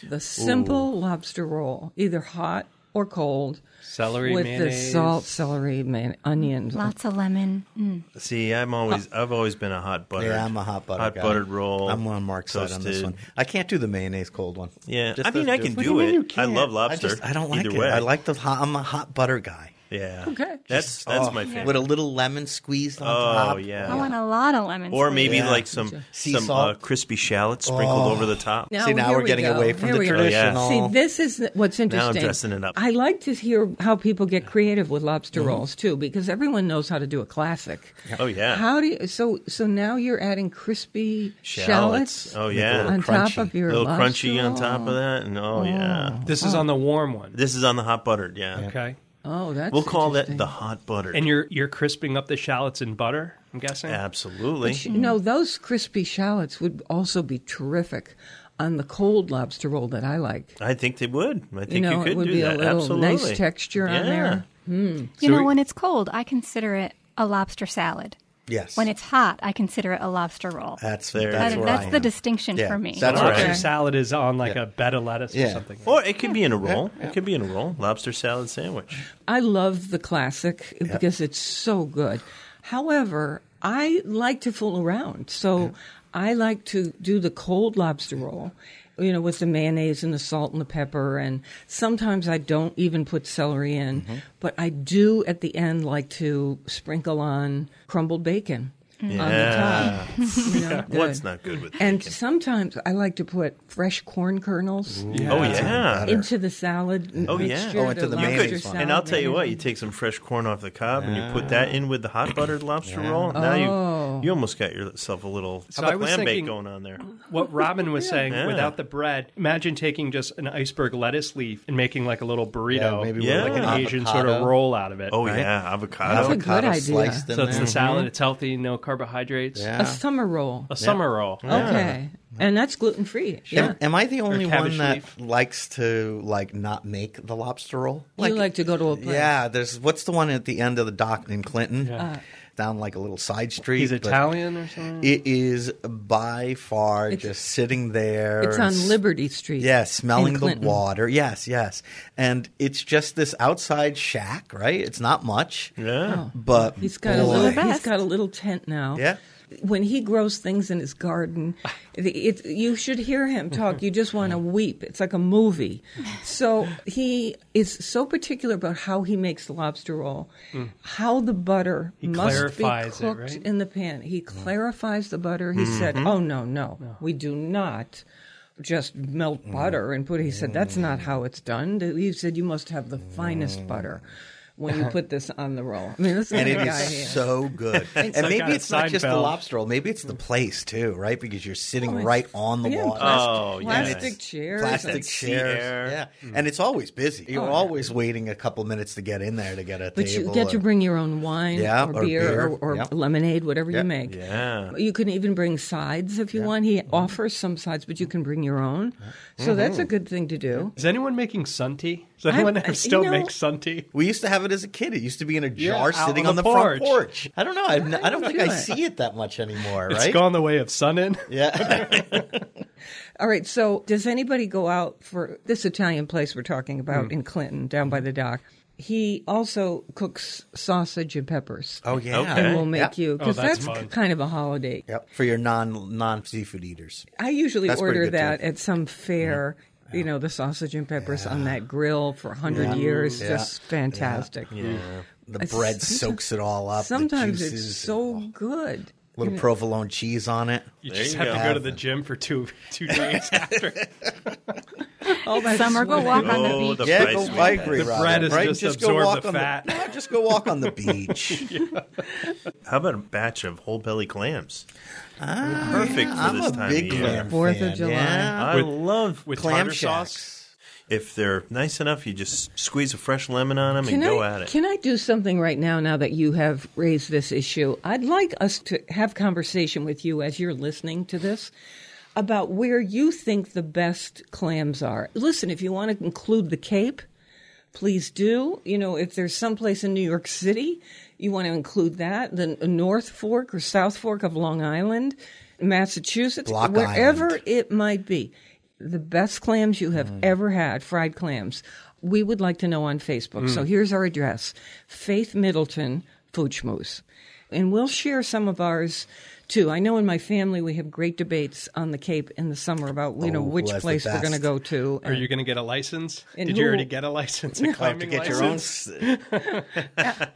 [SPEAKER 1] the simple lobster roll, either hot or cold,
[SPEAKER 5] Celery,
[SPEAKER 1] with the
[SPEAKER 5] mayonnaise.
[SPEAKER 1] salt, celery, man, onions,
[SPEAKER 4] (laughs) Lots of lemon. Mm.
[SPEAKER 8] See, I'm always I've always been a hot buttered.
[SPEAKER 3] Yeah, I'm a hot butter.
[SPEAKER 8] Hot
[SPEAKER 3] guy.
[SPEAKER 8] buttered roll.
[SPEAKER 3] I'm on Mark's side on this
[SPEAKER 8] toasted.
[SPEAKER 3] one. I can't do the mayonnaise cold one.
[SPEAKER 8] Yeah,
[SPEAKER 3] Just
[SPEAKER 8] I mean,
[SPEAKER 3] doesn't
[SPEAKER 8] I can
[SPEAKER 3] for me.
[SPEAKER 8] do it. I love
[SPEAKER 3] I
[SPEAKER 8] lobster.
[SPEAKER 3] just I don't like
[SPEAKER 8] Either
[SPEAKER 3] it.
[SPEAKER 8] Way.
[SPEAKER 3] I like the hot, I'm a hot butter guy.
[SPEAKER 8] Yeah.
[SPEAKER 1] Okay.
[SPEAKER 8] That's that's
[SPEAKER 3] Oh,
[SPEAKER 8] my favorite.
[SPEAKER 3] With a little lemon squeezed on
[SPEAKER 8] Oh,
[SPEAKER 3] top.
[SPEAKER 8] yeah.
[SPEAKER 4] I want a lot of lemon.
[SPEAKER 8] Or
[SPEAKER 4] squeezed.
[SPEAKER 8] maybe
[SPEAKER 3] Yeah.
[SPEAKER 8] like some
[SPEAKER 3] Sea
[SPEAKER 8] some uh,
[SPEAKER 3] salt. Oh.
[SPEAKER 8] crispy shallots sprinkled over the top.
[SPEAKER 1] Now,
[SPEAKER 3] See, now
[SPEAKER 1] here
[SPEAKER 3] we're
[SPEAKER 1] we
[SPEAKER 3] getting
[SPEAKER 1] go.
[SPEAKER 3] away from
[SPEAKER 1] Here
[SPEAKER 3] the
[SPEAKER 1] we are.
[SPEAKER 8] Oh,
[SPEAKER 3] traditional.
[SPEAKER 1] See, this is th- what's interesting.
[SPEAKER 8] dressing it up.
[SPEAKER 1] I like to hear how people get creative with lobster
[SPEAKER 3] Mm-hmm.
[SPEAKER 1] rolls too, because everyone knows how to do a classic.
[SPEAKER 8] Oh yeah.
[SPEAKER 1] How do you? So, so now you're adding crispy shallots,
[SPEAKER 8] Shallots. Oh
[SPEAKER 3] Make a little
[SPEAKER 8] yeah.
[SPEAKER 1] on top
[SPEAKER 3] crunchy.
[SPEAKER 1] of your
[SPEAKER 8] A little
[SPEAKER 1] lobster
[SPEAKER 8] crunchy
[SPEAKER 1] roll.
[SPEAKER 8] on top of that, and oh yeah.
[SPEAKER 5] This is on the warm one.
[SPEAKER 8] This is on the hot buttered. Yeah.
[SPEAKER 5] Okay.
[SPEAKER 1] Oh, that's
[SPEAKER 8] We'll call that
[SPEAKER 1] interesting.
[SPEAKER 8] the hot buttered.
[SPEAKER 5] And you're you're crisping up the shallots in butter, I'm guessing.
[SPEAKER 8] Absolutely.
[SPEAKER 1] No, those crispy shallots would also be terrific on the cold lobster roll that I like.
[SPEAKER 8] I think they would. I think you,
[SPEAKER 1] know, it
[SPEAKER 8] could
[SPEAKER 1] would
[SPEAKER 8] do
[SPEAKER 1] be a
[SPEAKER 8] that.
[SPEAKER 1] little
[SPEAKER 8] Absolutely.
[SPEAKER 1] nice texture on
[SPEAKER 8] yeah.
[SPEAKER 1] there.
[SPEAKER 4] You know, when it's cold, I consider it a lobster salad.
[SPEAKER 3] Yes.
[SPEAKER 4] When it's hot, I consider it a lobster roll.
[SPEAKER 3] that's
[SPEAKER 8] There.
[SPEAKER 3] that's
[SPEAKER 4] That-
[SPEAKER 3] where I
[SPEAKER 4] that's
[SPEAKER 3] am.
[SPEAKER 4] the distinction
[SPEAKER 3] Yeah,
[SPEAKER 4] for me.
[SPEAKER 3] that's where I
[SPEAKER 5] Lobster
[SPEAKER 3] am.
[SPEAKER 5] salad is on like
[SPEAKER 3] Yeah.
[SPEAKER 5] a bed of lettuce or
[SPEAKER 3] Yeah.
[SPEAKER 5] something.
[SPEAKER 8] Or it could be in a roll. It could be in a roll. Lobster salad sandwich.
[SPEAKER 1] I love the classic because it's so good. However, I like to fool around. So I like to do the cold lobster roll, you know, with the mayonnaise and the salt and the pepper. And sometimes I don't even put celery in,
[SPEAKER 8] Mm-hmm.
[SPEAKER 1] but I do at the end like to sprinkle on crumbled bacon. On the
[SPEAKER 8] Yeah.
[SPEAKER 1] top,
[SPEAKER 8] (laughs)
[SPEAKER 1] you know,
[SPEAKER 8] What's
[SPEAKER 1] good.
[SPEAKER 8] not good with
[SPEAKER 1] And
[SPEAKER 8] bacon?
[SPEAKER 1] sometimes I like to put fresh corn kernels
[SPEAKER 8] Oh yeah.
[SPEAKER 1] into the salad. m-
[SPEAKER 8] Oh, yeah.
[SPEAKER 1] mixture,
[SPEAKER 8] Oh,
[SPEAKER 3] into the
[SPEAKER 1] lobster
[SPEAKER 3] mayonnaise one.
[SPEAKER 1] salad
[SPEAKER 8] And I'll tell you
[SPEAKER 1] mayonnaise.
[SPEAKER 8] what, you take some fresh corn off the cob and you put that in with the hot buttered lobster roll. Now
[SPEAKER 1] Oh.
[SPEAKER 8] you you almost got yourself a little
[SPEAKER 5] I
[SPEAKER 8] how about
[SPEAKER 5] was
[SPEAKER 8] clam
[SPEAKER 5] thinking-
[SPEAKER 8] bake going on there.
[SPEAKER 1] (laughs)
[SPEAKER 5] what Robin was saying without the bread. Imagine taking just an iceberg lettuce leaf and making like a little burrito,
[SPEAKER 3] Yeah, maybe
[SPEAKER 8] Yeah.
[SPEAKER 5] like an
[SPEAKER 8] with
[SPEAKER 5] Asian sort of
[SPEAKER 3] avocado.
[SPEAKER 5] roll out of it.
[SPEAKER 8] Oh
[SPEAKER 3] Right?
[SPEAKER 8] yeah, avocado.
[SPEAKER 1] That's a good idea.
[SPEAKER 3] sliced in
[SPEAKER 5] so it's
[SPEAKER 3] there. Mm-hmm.
[SPEAKER 5] the salad. It's healthy, no carbohydrates.
[SPEAKER 3] Yeah.
[SPEAKER 1] A summer roll.
[SPEAKER 5] A summer roll.
[SPEAKER 1] Okay. And that's gluten free. Yeah.
[SPEAKER 3] Am, am I the only
[SPEAKER 5] cabbage
[SPEAKER 3] one that
[SPEAKER 5] leaf.
[SPEAKER 3] likes to like not make the lobster roll?
[SPEAKER 1] you like to go to a place.
[SPEAKER 3] Yeah, there's what's the one at the end of the dock in Clinton,
[SPEAKER 1] Uh,
[SPEAKER 3] down like a little side street.
[SPEAKER 5] He's
[SPEAKER 3] but
[SPEAKER 5] Italian or something.
[SPEAKER 3] It is by far
[SPEAKER 1] It's-
[SPEAKER 3] just sitting there.
[SPEAKER 1] It's
[SPEAKER 3] and
[SPEAKER 1] on Liberty Street.
[SPEAKER 3] Yeah,
[SPEAKER 1] in
[SPEAKER 3] smelling the
[SPEAKER 1] Clinton.
[SPEAKER 3] water. Yes, yes. And it's just this outside shack, right? It's not much.
[SPEAKER 8] Yeah.
[SPEAKER 3] But
[SPEAKER 1] Oh. He's got a
[SPEAKER 3] boy,
[SPEAKER 1] little. He's
[SPEAKER 4] best.
[SPEAKER 1] got a little tent now.
[SPEAKER 3] Yeah.
[SPEAKER 1] When he grows things in his garden, it, it, you should hear him talk. You just
[SPEAKER 3] (laughs)
[SPEAKER 1] want to weep. It's like a movie. So he is so particular about how he makes the lobster roll,
[SPEAKER 3] Hmm.
[SPEAKER 1] how the butter must be
[SPEAKER 5] clarifies
[SPEAKER 1] cooked
[SPEAKER 5] it, right?
[SPEAKER 1] in the pan. He
[SPEAKER 3] Mm-hmm.
[SPEAKER 1] clarifies the butter. He said, "Oh no, no, we do not." Just melt
[SPEAKER 3] Mm-hmm.
[SPEAKER 1] butter and put. He said that's not how it's done. He said you must have the finest butter,
[SPEAKER 3] (laughs)
[SPEAKER 1] when you put this on the roll. I mean, this is
[SPEAKER 3] Mm-hmm. and
[SPEAKER 1] the (laughs)
[SPEAKER 3] it
[SPEAKER 1] guy here.
[SPEAKER 3] is
[SPEAKER 1] (laughs)
[SPEAKER 3] so good.
[SPEAKER 5] like
[SPEAKER 3] and maybe
[SPEAKER 5] a
[SPEAKER 3] it's not just the
[SPEAKER 5] Seinfeld.
[SPEAKER 3] lobster roll. Maybe it's the place too, right? Because you're sitting right on the
[SPEAKER 1] Yeah,
[SPEAKER 3] water.
[SPEAKER 1] plastic,
[SPEAKER 8] Oh, yes.
[SPEAKER 1] plastic chairs.
[SPEAKER 3] Plastic
[SPEAKER 1] and-
[SPEAKER 8] sea
[SPEAKER 3] chairs,
[SPEAKER 8] air.
[SPEAKER 3] yeah, and it's always busy. You're
[SPEAKER 1] yeah.
[SPEAKER 3] always waiting a couple minutes to get in there to get a
[SPEAKER 1] But
[SPEAKER 3] table.
[SPEAKER 1] you get to
[SPEAKER 3] or-
[SPEAKER 1] bring your own wine
[SPEAKER 3] Yeah,
[SPEAKER 1] or,
[SPEAKER 3] or
[SPEAKER 1] beer,
[SPEAKER 3] beer.
[SPEAKER 1] or, or
[SPEAKER 3] Yeah.
[SPEAKER 1] lemonade, whatever
[SPEAKER 3] Yeah. Mm-hmm.
[SPEAKER 1] you make.
[SPEAKER 8] Yeah.
[SPEAKER 1] You can even bring sides if you want. He offers some sides, but you can bring your own. So that's a good thing to do.
[SPEAKER 5] Is anyone making sun tea? Does
[SPEAKER 1] I'm-
[SPEAKER 5] anyone
[SPEAKER 1] I-
[SPEAKER 5] ever still
[SPEAKER 1] you know-
[SPEAKER 5] make sun tea?
[SPEAKER 3] We used to have it as a kid. It used to be in a jar
[SPEAKER 5] out
[SPEAKER 3] sitting
[SPEAKER 5] on
[SPEAKER 3] on
[SPEAKER 5] the
[SPEAKER 3] the,
[SPEAKER 5] porch.
[SPEAKER 3] front porch. I don't know. I've n- I don't think I see it that much anymore.
[SPEAKER 5] It's
[SPEAKER 3] right?
[SPEAKER 5] gone the way of sun in.
[SPEAKER 3] Yeah.
[SPEAKER 1] All right. So, does anybody go out for this Italian place we're talking
[SPEAKER 3] Hmm.
[SPEAKER 1] about in Clinton, down by the dock? He also cooks sausage and peppers.
[SPEAKER 3] oh yeah.
[SPEAKER 8] Okay.
[SPEAKER 1] And will make
[SPEAKER 3] Yeah. Oh,
[SPEAKER 1] you because
[SPEAKER 5] that's
[SPEAKER 1] that's,
[SPEAKER 5] fun.
[SPEAKER 1] kind of a holiday.
[SPEAKER 3] Yep. For your non non seafood eaters.
[SPEAKER 1] I usually
[SPEAKER 3] That's pretty
[SPEAKER 1] order
[SPEAKER 3] good,
[SPEAKER 1] that
[SPEAKER 3] too.
[SPEAKER 1] at some fair. You know, the sausage and peppers on that grill for 100 years.
[SPEAKER 3] Yeah.
[SPEAKER 1] Just fantastic.
[SPEAKER 3] The
[SPEAKER 1] It's-
[SPEAKER 3] bread
[SPEAKER 1] sometimes-
[SPEAKER 3] soaks it all up. the
[SPEAKER 1] Sometimes
[SPEAKER 3] juices,
[SPEAKER 1] it's so good.
[SPEAKER 3] little provolone cheese on it.
[SPEAKER 5] You just
[SPEAKER 8] you
[SPEAKER 5] have to
[SPEAKER 8] go.
[SPEAKER 5] go to the gym for two two
[SPEAKER 3] (laughs)
[SPEAKER 5] days after.
[SPEAKER 1] All that
[SPEAKER 4] Summer, go
[SPEAKER 1] sweat.
[SPEAKER 4] walk on the
[SPEAKER 8] Oh,
[SPEAKER 4] beach.
[SPEAKER 8] the
[SPEAKER 3] Yeah,
[SPEAKER 8] price
[SPEAKER 3] go,
[SPEAKER 8] we
[SPEAKER 3] I
[SPEAKER 8] pay.
[SPEAKER 3] agree,
[SPEAKER 5] The
[SPEAKER 3] Robin,
[SPEAKER 5] bread is
[SPEAKER 3] right?
[SPEAKER 5] just
[SPEAKER 3] go
[SPEAKER 5] absorb
[SPEAKER 3] walk
[SPEAKER 5] the
[SPEAKER 3] on
[SPEAKER 5] fat.
[SPEAKER 3] The, no, just go
[SPEAKER 5] (laughs)
[SPEAKER 3] walk on the beach.
[SPEAKER 8] How about a batch of whole belly clams? Perfect for
[SPEAKER 3] Ah, I'm
[SPEAKER 8] this
[SPEAKER 3] a
[SPEAKER 8] time
[SPEAKER 3] big
[SPEAKER 8] of year.
[SPEAKER 3] clam
[SPEAKER 1] Fourth
[SPEAKER 3] fan,
[SPEAKER 1] of July.
[SPEAKER 3] yeah.
[SPEAKER 8] I love
[SPEAKER 5] Uh, with
[SPEAKER 3] Clam
[SPEAKER 5] tartar sauce.
[SPEAKER 3] shacks.
[SPEAKER 8] if they're nice enough. You just squeeze a fresh lemon on them
[SPEAKER 1] Can
[SPEAKER 8] and go
[SPEAKER 1] I,
[SPEAKER 8] at it.
[SPEAKER 1] Can I do something right now, now that you have raised this issue? I'd like us to have conversation with you as you're listening to this about where you think the best clams are. Listen, if you want to include the Cape, please do. You know, if there's someplace in New York City, you want to include that, the North Fork or South Fork of Long Island, Massachusetts,
[SPEAKER 3] Block
[SPEAKER 1] wherever
[SPEAKER 3] Island. Mm.
[SPEAKER 1] it might be. The best clams you have ever had, fried clams. We would like to know on Facebook. So
[SPEAKER 3] Mm.
[SPEAKER 1] here's our address Faith Middleton Food Schmooze. And we'll share some of ours too. I know in my family we have great debates on the Cape in the summer about you know
[SPEAKER 3] Oh, who
[SPEAKER 1] which
[SPEAKER 3] has the
[SPEAKER 1] place we're going to
[SPEAKER 3] best?
[SPEAKER 1] go to.
[SPEAKER 5] Are you going to get a license?
[SPEAKER 1] And
[SPEAKER 5] Did you
[SPEAKER 1] who-
[SPEAKER 5] already get a license? A
[SPEAKER 3] Have to
[SPEAKER 5] climbing
[SPEAKER 3] get your own
[SPEAKER 5] license?
[SPEAKER 3] s-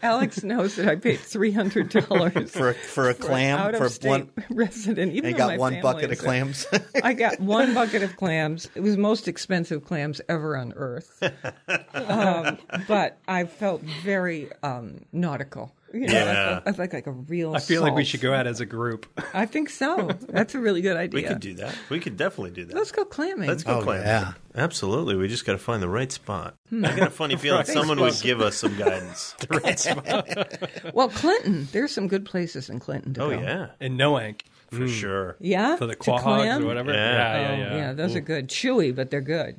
[SPEAKER 1] Alex knows that I paid three hundred dollars
[SPEAKER 3] (laughs) for a, for a clam for
[SPEAKER 1] out-of-state
[SPEAKER 3] one.
[SPEAKER 1] resident. Even
[SPEAKER 3] And
[SPEAKER 1] though
[SPEAKER 3] got
[SPEAKER 1] my
[SPEAKER 3] one
[SPEAKER 1] family
[SPEAKER 3] bucket of
[SPEAKER 1] is a-
[SPEAKER 3] clams. (laughs)
[SPEAKER 1] I got one bucket of clams. It was most expensive clams ever on
[SPEAKER 3] (laughs)
[SPEAKER 1] earth, um, but I felt very um, nautical. You know,
[SPEAKER 8] Yeah.
[SPEAKER 1] I, felt, I felt like a real.
[SPEAKER 5] I feel like we should go out as a
[SPEAKER 3] (laughs)
[SPEAKER 5] group. (laughs)
[SPEAKER 1] I think so. That's a really good idea.
[SPEAKER 8] We could do that. We could definitely do that.
[SPEAKER 1] Let's go clamming.
[SPEAKER 8] Let's go
[SPEAKER 3] Oh,
[SPEAKER 8] clamming.
[SPEAKER 3] yeah.
[SPEAKER 8] Absolutely. We just got to find the right spot. I got a (laughs) funny feeling someone would give us some (laughs) guidance.
[SPEAKER 1] Well, Clinton. There's some good places in Clinton to
[SPEAKER 8] oh
[SPEAKER 1] go.
[SPEAKER 8] yeah,
[SPEAKER 5] And no ank
[SPEAKER 8] for sure.
[SPEAKER 1] Yeah.
[SPEAKER 5] for the
[SPEAKER 1] To
[SPEAKER 5] quahogs
[SPEAKER 1] clam?
[SPEAKER 5] or whatever.
[SPEAKER 8] Yeah.
[SPEAKER 5] yeah,
[SPEAKER 1] Oh,
[SPEAKER 5] yeah.
[SPEAKER 1] yeah. those are good. Chewy, but they're good.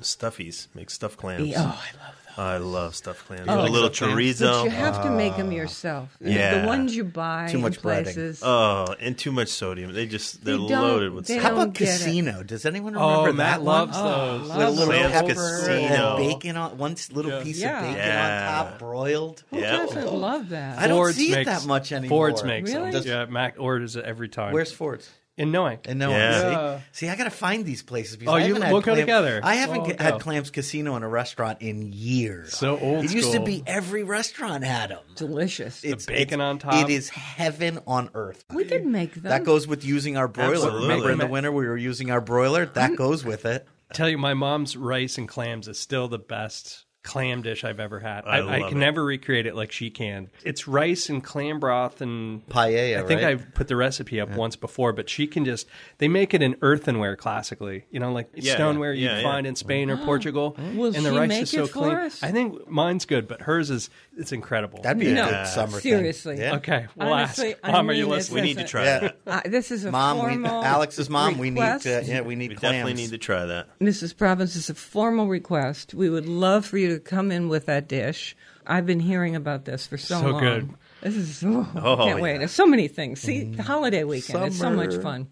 [SPEAKER 8] Stuffies make stuffed clams.
[SPEAKER 1] Yeah, oh, I love
[SPEAKER 8] I love stuffed clams. a little
[SPEAKER 1] But you
[SPEAKER 8] chorizo.
[SPEAKER 1] have to make them yourself.
[SPEAKER 8] yeah.
[SPEAKER 1] The ones you buy
[SPEAKER 3] Ah. Too much
[SPEAKER 1] in
[SPEAKER 3] breading.
[SPEAKER 1] places.
[SPEAKER 8] Oh, and too much sodium. They just they're
[SPEAKER 1] don't-
[SPEAKER 8] loaded with
[SPEAKER 1] they
[SPEAKER 8] sodium.
[SPEAKER 3] How
[SPEAKER 1] don't
[SPEAKER 3] about
[SPEAKER 1] get it.
[SPEAKER 3] casino? Does anyone
[SPEAKER 5] Oh,
[SPEAKER 3] remember
[SPEAKER 5] Matt
[SPEAKER 3] that
[SPEAKER 5] loves
[SPEAKER 3] one?
[SPEAKER 5] those.
[SPEAKER 3] With a little
[SPEAKER 8] Sam's
[SPEAKER 3] pepper
[SPEAKER 8] Casino.
[SPEAKER 3] and bacon on one s- little piece
[SPEAKER 1] Yeah.
[SPEAKER 3] of bacon
[SPEAKER 8] Yeah.
[SPEAKER 3] on top, broiled.
[SPEAKER 1] Who
[SPEAKER 8] Yeah.
[SPEAKER 1] doesn't love
[SPEAKER 5] (laughs)
[SPEAKER 1] that?
[SPEAKER 3] I don't
[SPEAKER 5] Ford's
[SPEAKER 3] see it
[SPEAKER 5] makes-
[SPEAKER 3] that much anymore.
[SPEAKER 5] Ford's makes
[SPEAKER 1] Really?
[SPEAKER 5] them.
[SPEAKER 3] Does-
[SPEAKER 5] Yeah, Mac orders it every time.
[SPEAKER 3] Where's Ford's?
[SPEAKER 5] in no ank?
[SPEAKER 3] And no
[SPEAKER 8] Yeah.
[SPEAKER 3] one. See, see, I got to find these places. Because
[SPEAKER 5] Oh,
[SPEAKER 3] I
[SPEAKER 5] you-
[SPEAKER 3] haven't had
[SPEAKER 5] we'll go
[SPEAKER 3] clam-
[SPEAKER 5] together.
[SPEAKER 3] I haven't
[SPEAKER 5] We'll
[SPEAKER 3] g- had
[SPEAKER 5] go.
[SPEAKER 3] Clams Casino in a restaurant in years.
[SPEAKER 5] So old
[SPEAKER 3] It used to
[SPEAKER 5] school.
[SPEAKER 3] be every restaurant had them.
[SPEAKER 1] Delicious.
[SPEAKER 3] It's
[SPEAKER 5] bacon
[SPEAKER 3] it's-
[SPEAKER 5] on top.
[SPEAKER 3] It is heaven on earth.
[SPEAKER 1] we could make them.
[SPEAKER 3] That goes with using our broiler.
[SPEAKER 8] Absolutely.
[SPEAKER 3] Remember in the winter we were using our broiler? That goes with it.
[SPEAKER 5] tell you, my mom's rice and clams is still the best clam dish I've ever had. I, I,
[SPEAKER 8] love
[SPEAKER 5] can
[SPEAKER 8] it.
[SPEAKER 5] never recreate it like she can. It's rice and clam broth and
[SPEAKER 3] Paella,
[SPEAKER 5] I think
[SPEAKER 3] right?
[SPEAKER 5] I put the recipe up once before, but she can just. They make it in earthenware classically, you know, like
[SPEAKER 8] Yeah,
[SPEAKER 5] stoneware you
[SPEAKER 8] yeah, yeah.
[SPEAKER 5] find in Spain or Portugal.
[SPEAKER 1] Will
[SPEAKER 5] and the
[SPEAKER 1] she
[SPEAKER 5] rice
[SPEAKER 1] make
[SPEAKER 5] is so
[SPEAKER 1] it for
[SPEAKER 5] clean.
[SPEAKER 1] us?
[SPEAKER 5] I think mine's good, but hers is it's incredible.
[SPEAKER 3] That'd be
[SPEAKER 1] No,
[SPEAKER 3] a good summer thing.
[SPEAKER 1] seriously.
[SPEAKER 3] Yeah.
[SPEAKER 5] okay, we'll
[SPEAKER 1] Honestly,
[SPEAKER 5] ask.
[SPEAKER 1] I
[SPEAKER 5] Mom, are
[SPEAKER 1] mean,
[SPEAKER 5] you
[SPEAKER 1] it's
[SPEAKER 5] listening?
[SPEAKER 8] we
[SPEAKER 1] Yes,
[SPEAKER 8] need to
[SPEAKER 1] I-
[SPEAKER 8] try
[SPEAKER 3] Yeah.
[SPEAKER 8] that.
[SPEAKER 1] Uh, this is a
[SPEAKER 3] Mom, we,
[SPEAKER 1] formal
[SPEAKER 3] Alex's mom, we need
[SPEAKER 1] request.
[SPEAKER 3] to, yeah, we need
[SPEAKER 8] We
[SPEAKER 3] clams.
[SPEAKER 8] definitely need to try that.
[SPEAKER 1] Mrs. Province is a formal request. We would love for you to come in with that dish. I've been hearing about this for so,
[SPEAKER 5] So
[SPEAKER 1] long.
[SPEAKER 5] good.
[SPEAKER 1] This is oh, I
[SPEAKER 8] Oh,
[SPEAKER 1] can't wait.
[SPEAKER 8] yeah.
[SPEAKER 1] There's so many things. See, the holiday weekend. It's so much
[SPEAKER 3] Mm. Summer.
[SPEAKER 1] fun.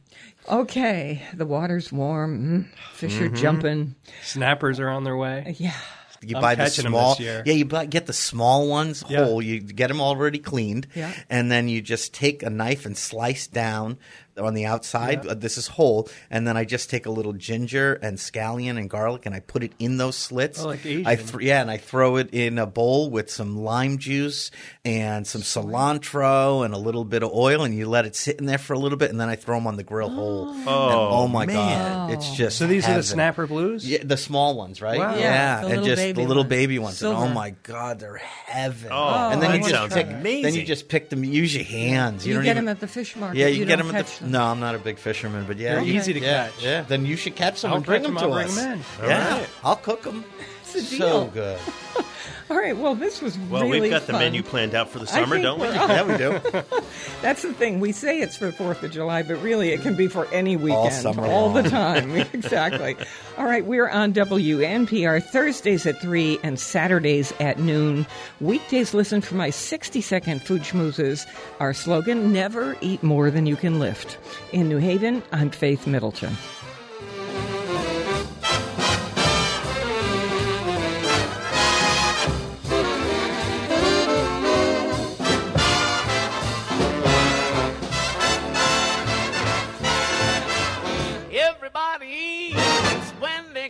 [SPEAKER 1] Okay, the water's warm. Mm, Fish
[SPEAKER 3] Mm-hmm.
[SPEAKER 1] are jumping.
[SPEAKER 5] Snappers are on their way.
[SPEAKER 1] Yeah.
[SPEAKER 3] You
[SPEAKER 5] I'm
[SPEAKER 3] buy the
[SPEAKER 5] catching 'em
[SPEAKER 3] small,
[SPEAKER 5] this year.
[SPEAKER 3] yeah. You buy, get the small ones
[SPEAKER 5] Yeah.
[SPEAKER 3] whole. You get them already cleaned,
[SPEAKER 1] Yeah.
[SPEAKER 3] and then you just take a knife and slice down on the outside. Uh, This is whole, and then I just take a little ginger and scallion and garlic, and I put it in those slits.
[SPEAKER 5] Oh, like
[SPEAKER 3] I
[SPEAKER 5] Asian.
[SPEAKER 3] th- yeah, and I throw it in a bowl with some lime juice and some cilantro and a little bit of oil, and you let it sit in there for a little bit, and then I throw them on the grill whole. And, Oh, my god, it's just
[SPEAKER 5] So these are the
[SPEAKER 3] heaven.
[SPEAKER 5] snapper blues.
[SPEAKER 3] Yeah, the small ones, right?
[SPEAKER 5] Wow.
[SPEAKER 3] Yeah,
[SPEAKER 9] Yeah, the
[SPEAKER 3] and
[SPEAKER 9] little
[SPEAKER 3] just the
[SPEAKER 9] baby
[SPEAKER 3] little
[SPEAKER 9] ones.
[SPEAKER 3] baby ones. And, oh
[SPEAKER 9] Silver.
[SPEAKER 3] my God, they're heaven!
[SPEAKER 8] Oh,
[SPEAKER 3] and then
[SPEAKER 8] that
[SPEAKER 3] you just
[SPEAKER 8] sounds
[SPEAKER 3] pick, then you
[SPEAKER 8] amazing.
[SPEAKER 3] just pick them. Use your hands. You,
[SPEAKER 9] You
[SPEAKER 3] don't
[SPEAKER 9] get
[SPEAKER 3] even,
[SPEAKER 9] them at the fish market.
[SPEAKER 3] yeah, you, get
[SPEAKER 9] don't
[SPEAKER 3] them at the.
[SPEAKER 9] catch them.
[SPEAKER 3] No, I'm not a big fisherman, but yeah,
[SPEAKER 5] They're
[SPEAKER 3] you-
[SPEAKER 5] easy to
[SPEAKER 3] yeah,
[SPEAKER 5] catch.
[SPEAKER 3] Yeah, then you should catch them
[SPEAKER 5] I'll
[SPEAKER 3] and bring
[SPEAKER 5] catch
[SPEAKER 3] them
[SPEAKER 5] 'em,
[SPEAKER 3] to
[SPEAKER 5] I'll bring
[SPEAKER 3] us.
[SPEAKER 5] 'em in.
[SPEAKER 3] Yeah, I'll cook them.
[SPEAKER 9] a
[SPEAKER 3] So
[SPEAKER 9] deal.
[SPEAKER 3] good.
[SPEAKER 1] All right. Well, this was
[SPEAKER 8] Well,
[SPEAKER 1] really
[SPEAKER 8] we've got the
[SPEAKER 1] fun.
[SPEAKER 8] menu planned out for the
[SPEAKER 1] I
[SPEAKER 8] summer,
[SPEAKER 1] think
[SPEAKER 8] don't we?
[SPEAKER 1] we're-
[SPEAKER 3] yeah, we do.
[SPEAKER 1] That's the thing. We say it's for Fourth of July, but really it can be for any weekend,
[SPEAKER 3] summer
[SPEAKER 1] all the
[SPEAKER 3] long.
[SPEAKER 1] time. (laughs) exactly. All right, we're on WNPR Thursdays at three and Saturdays at noon. Weekdays, listen for my sixty-second food schmoozes. Our slogan: Never eat more than you can lift. In New Haven, I'm Faith Middleton.
[SPEAKER 2] Everybody eats when they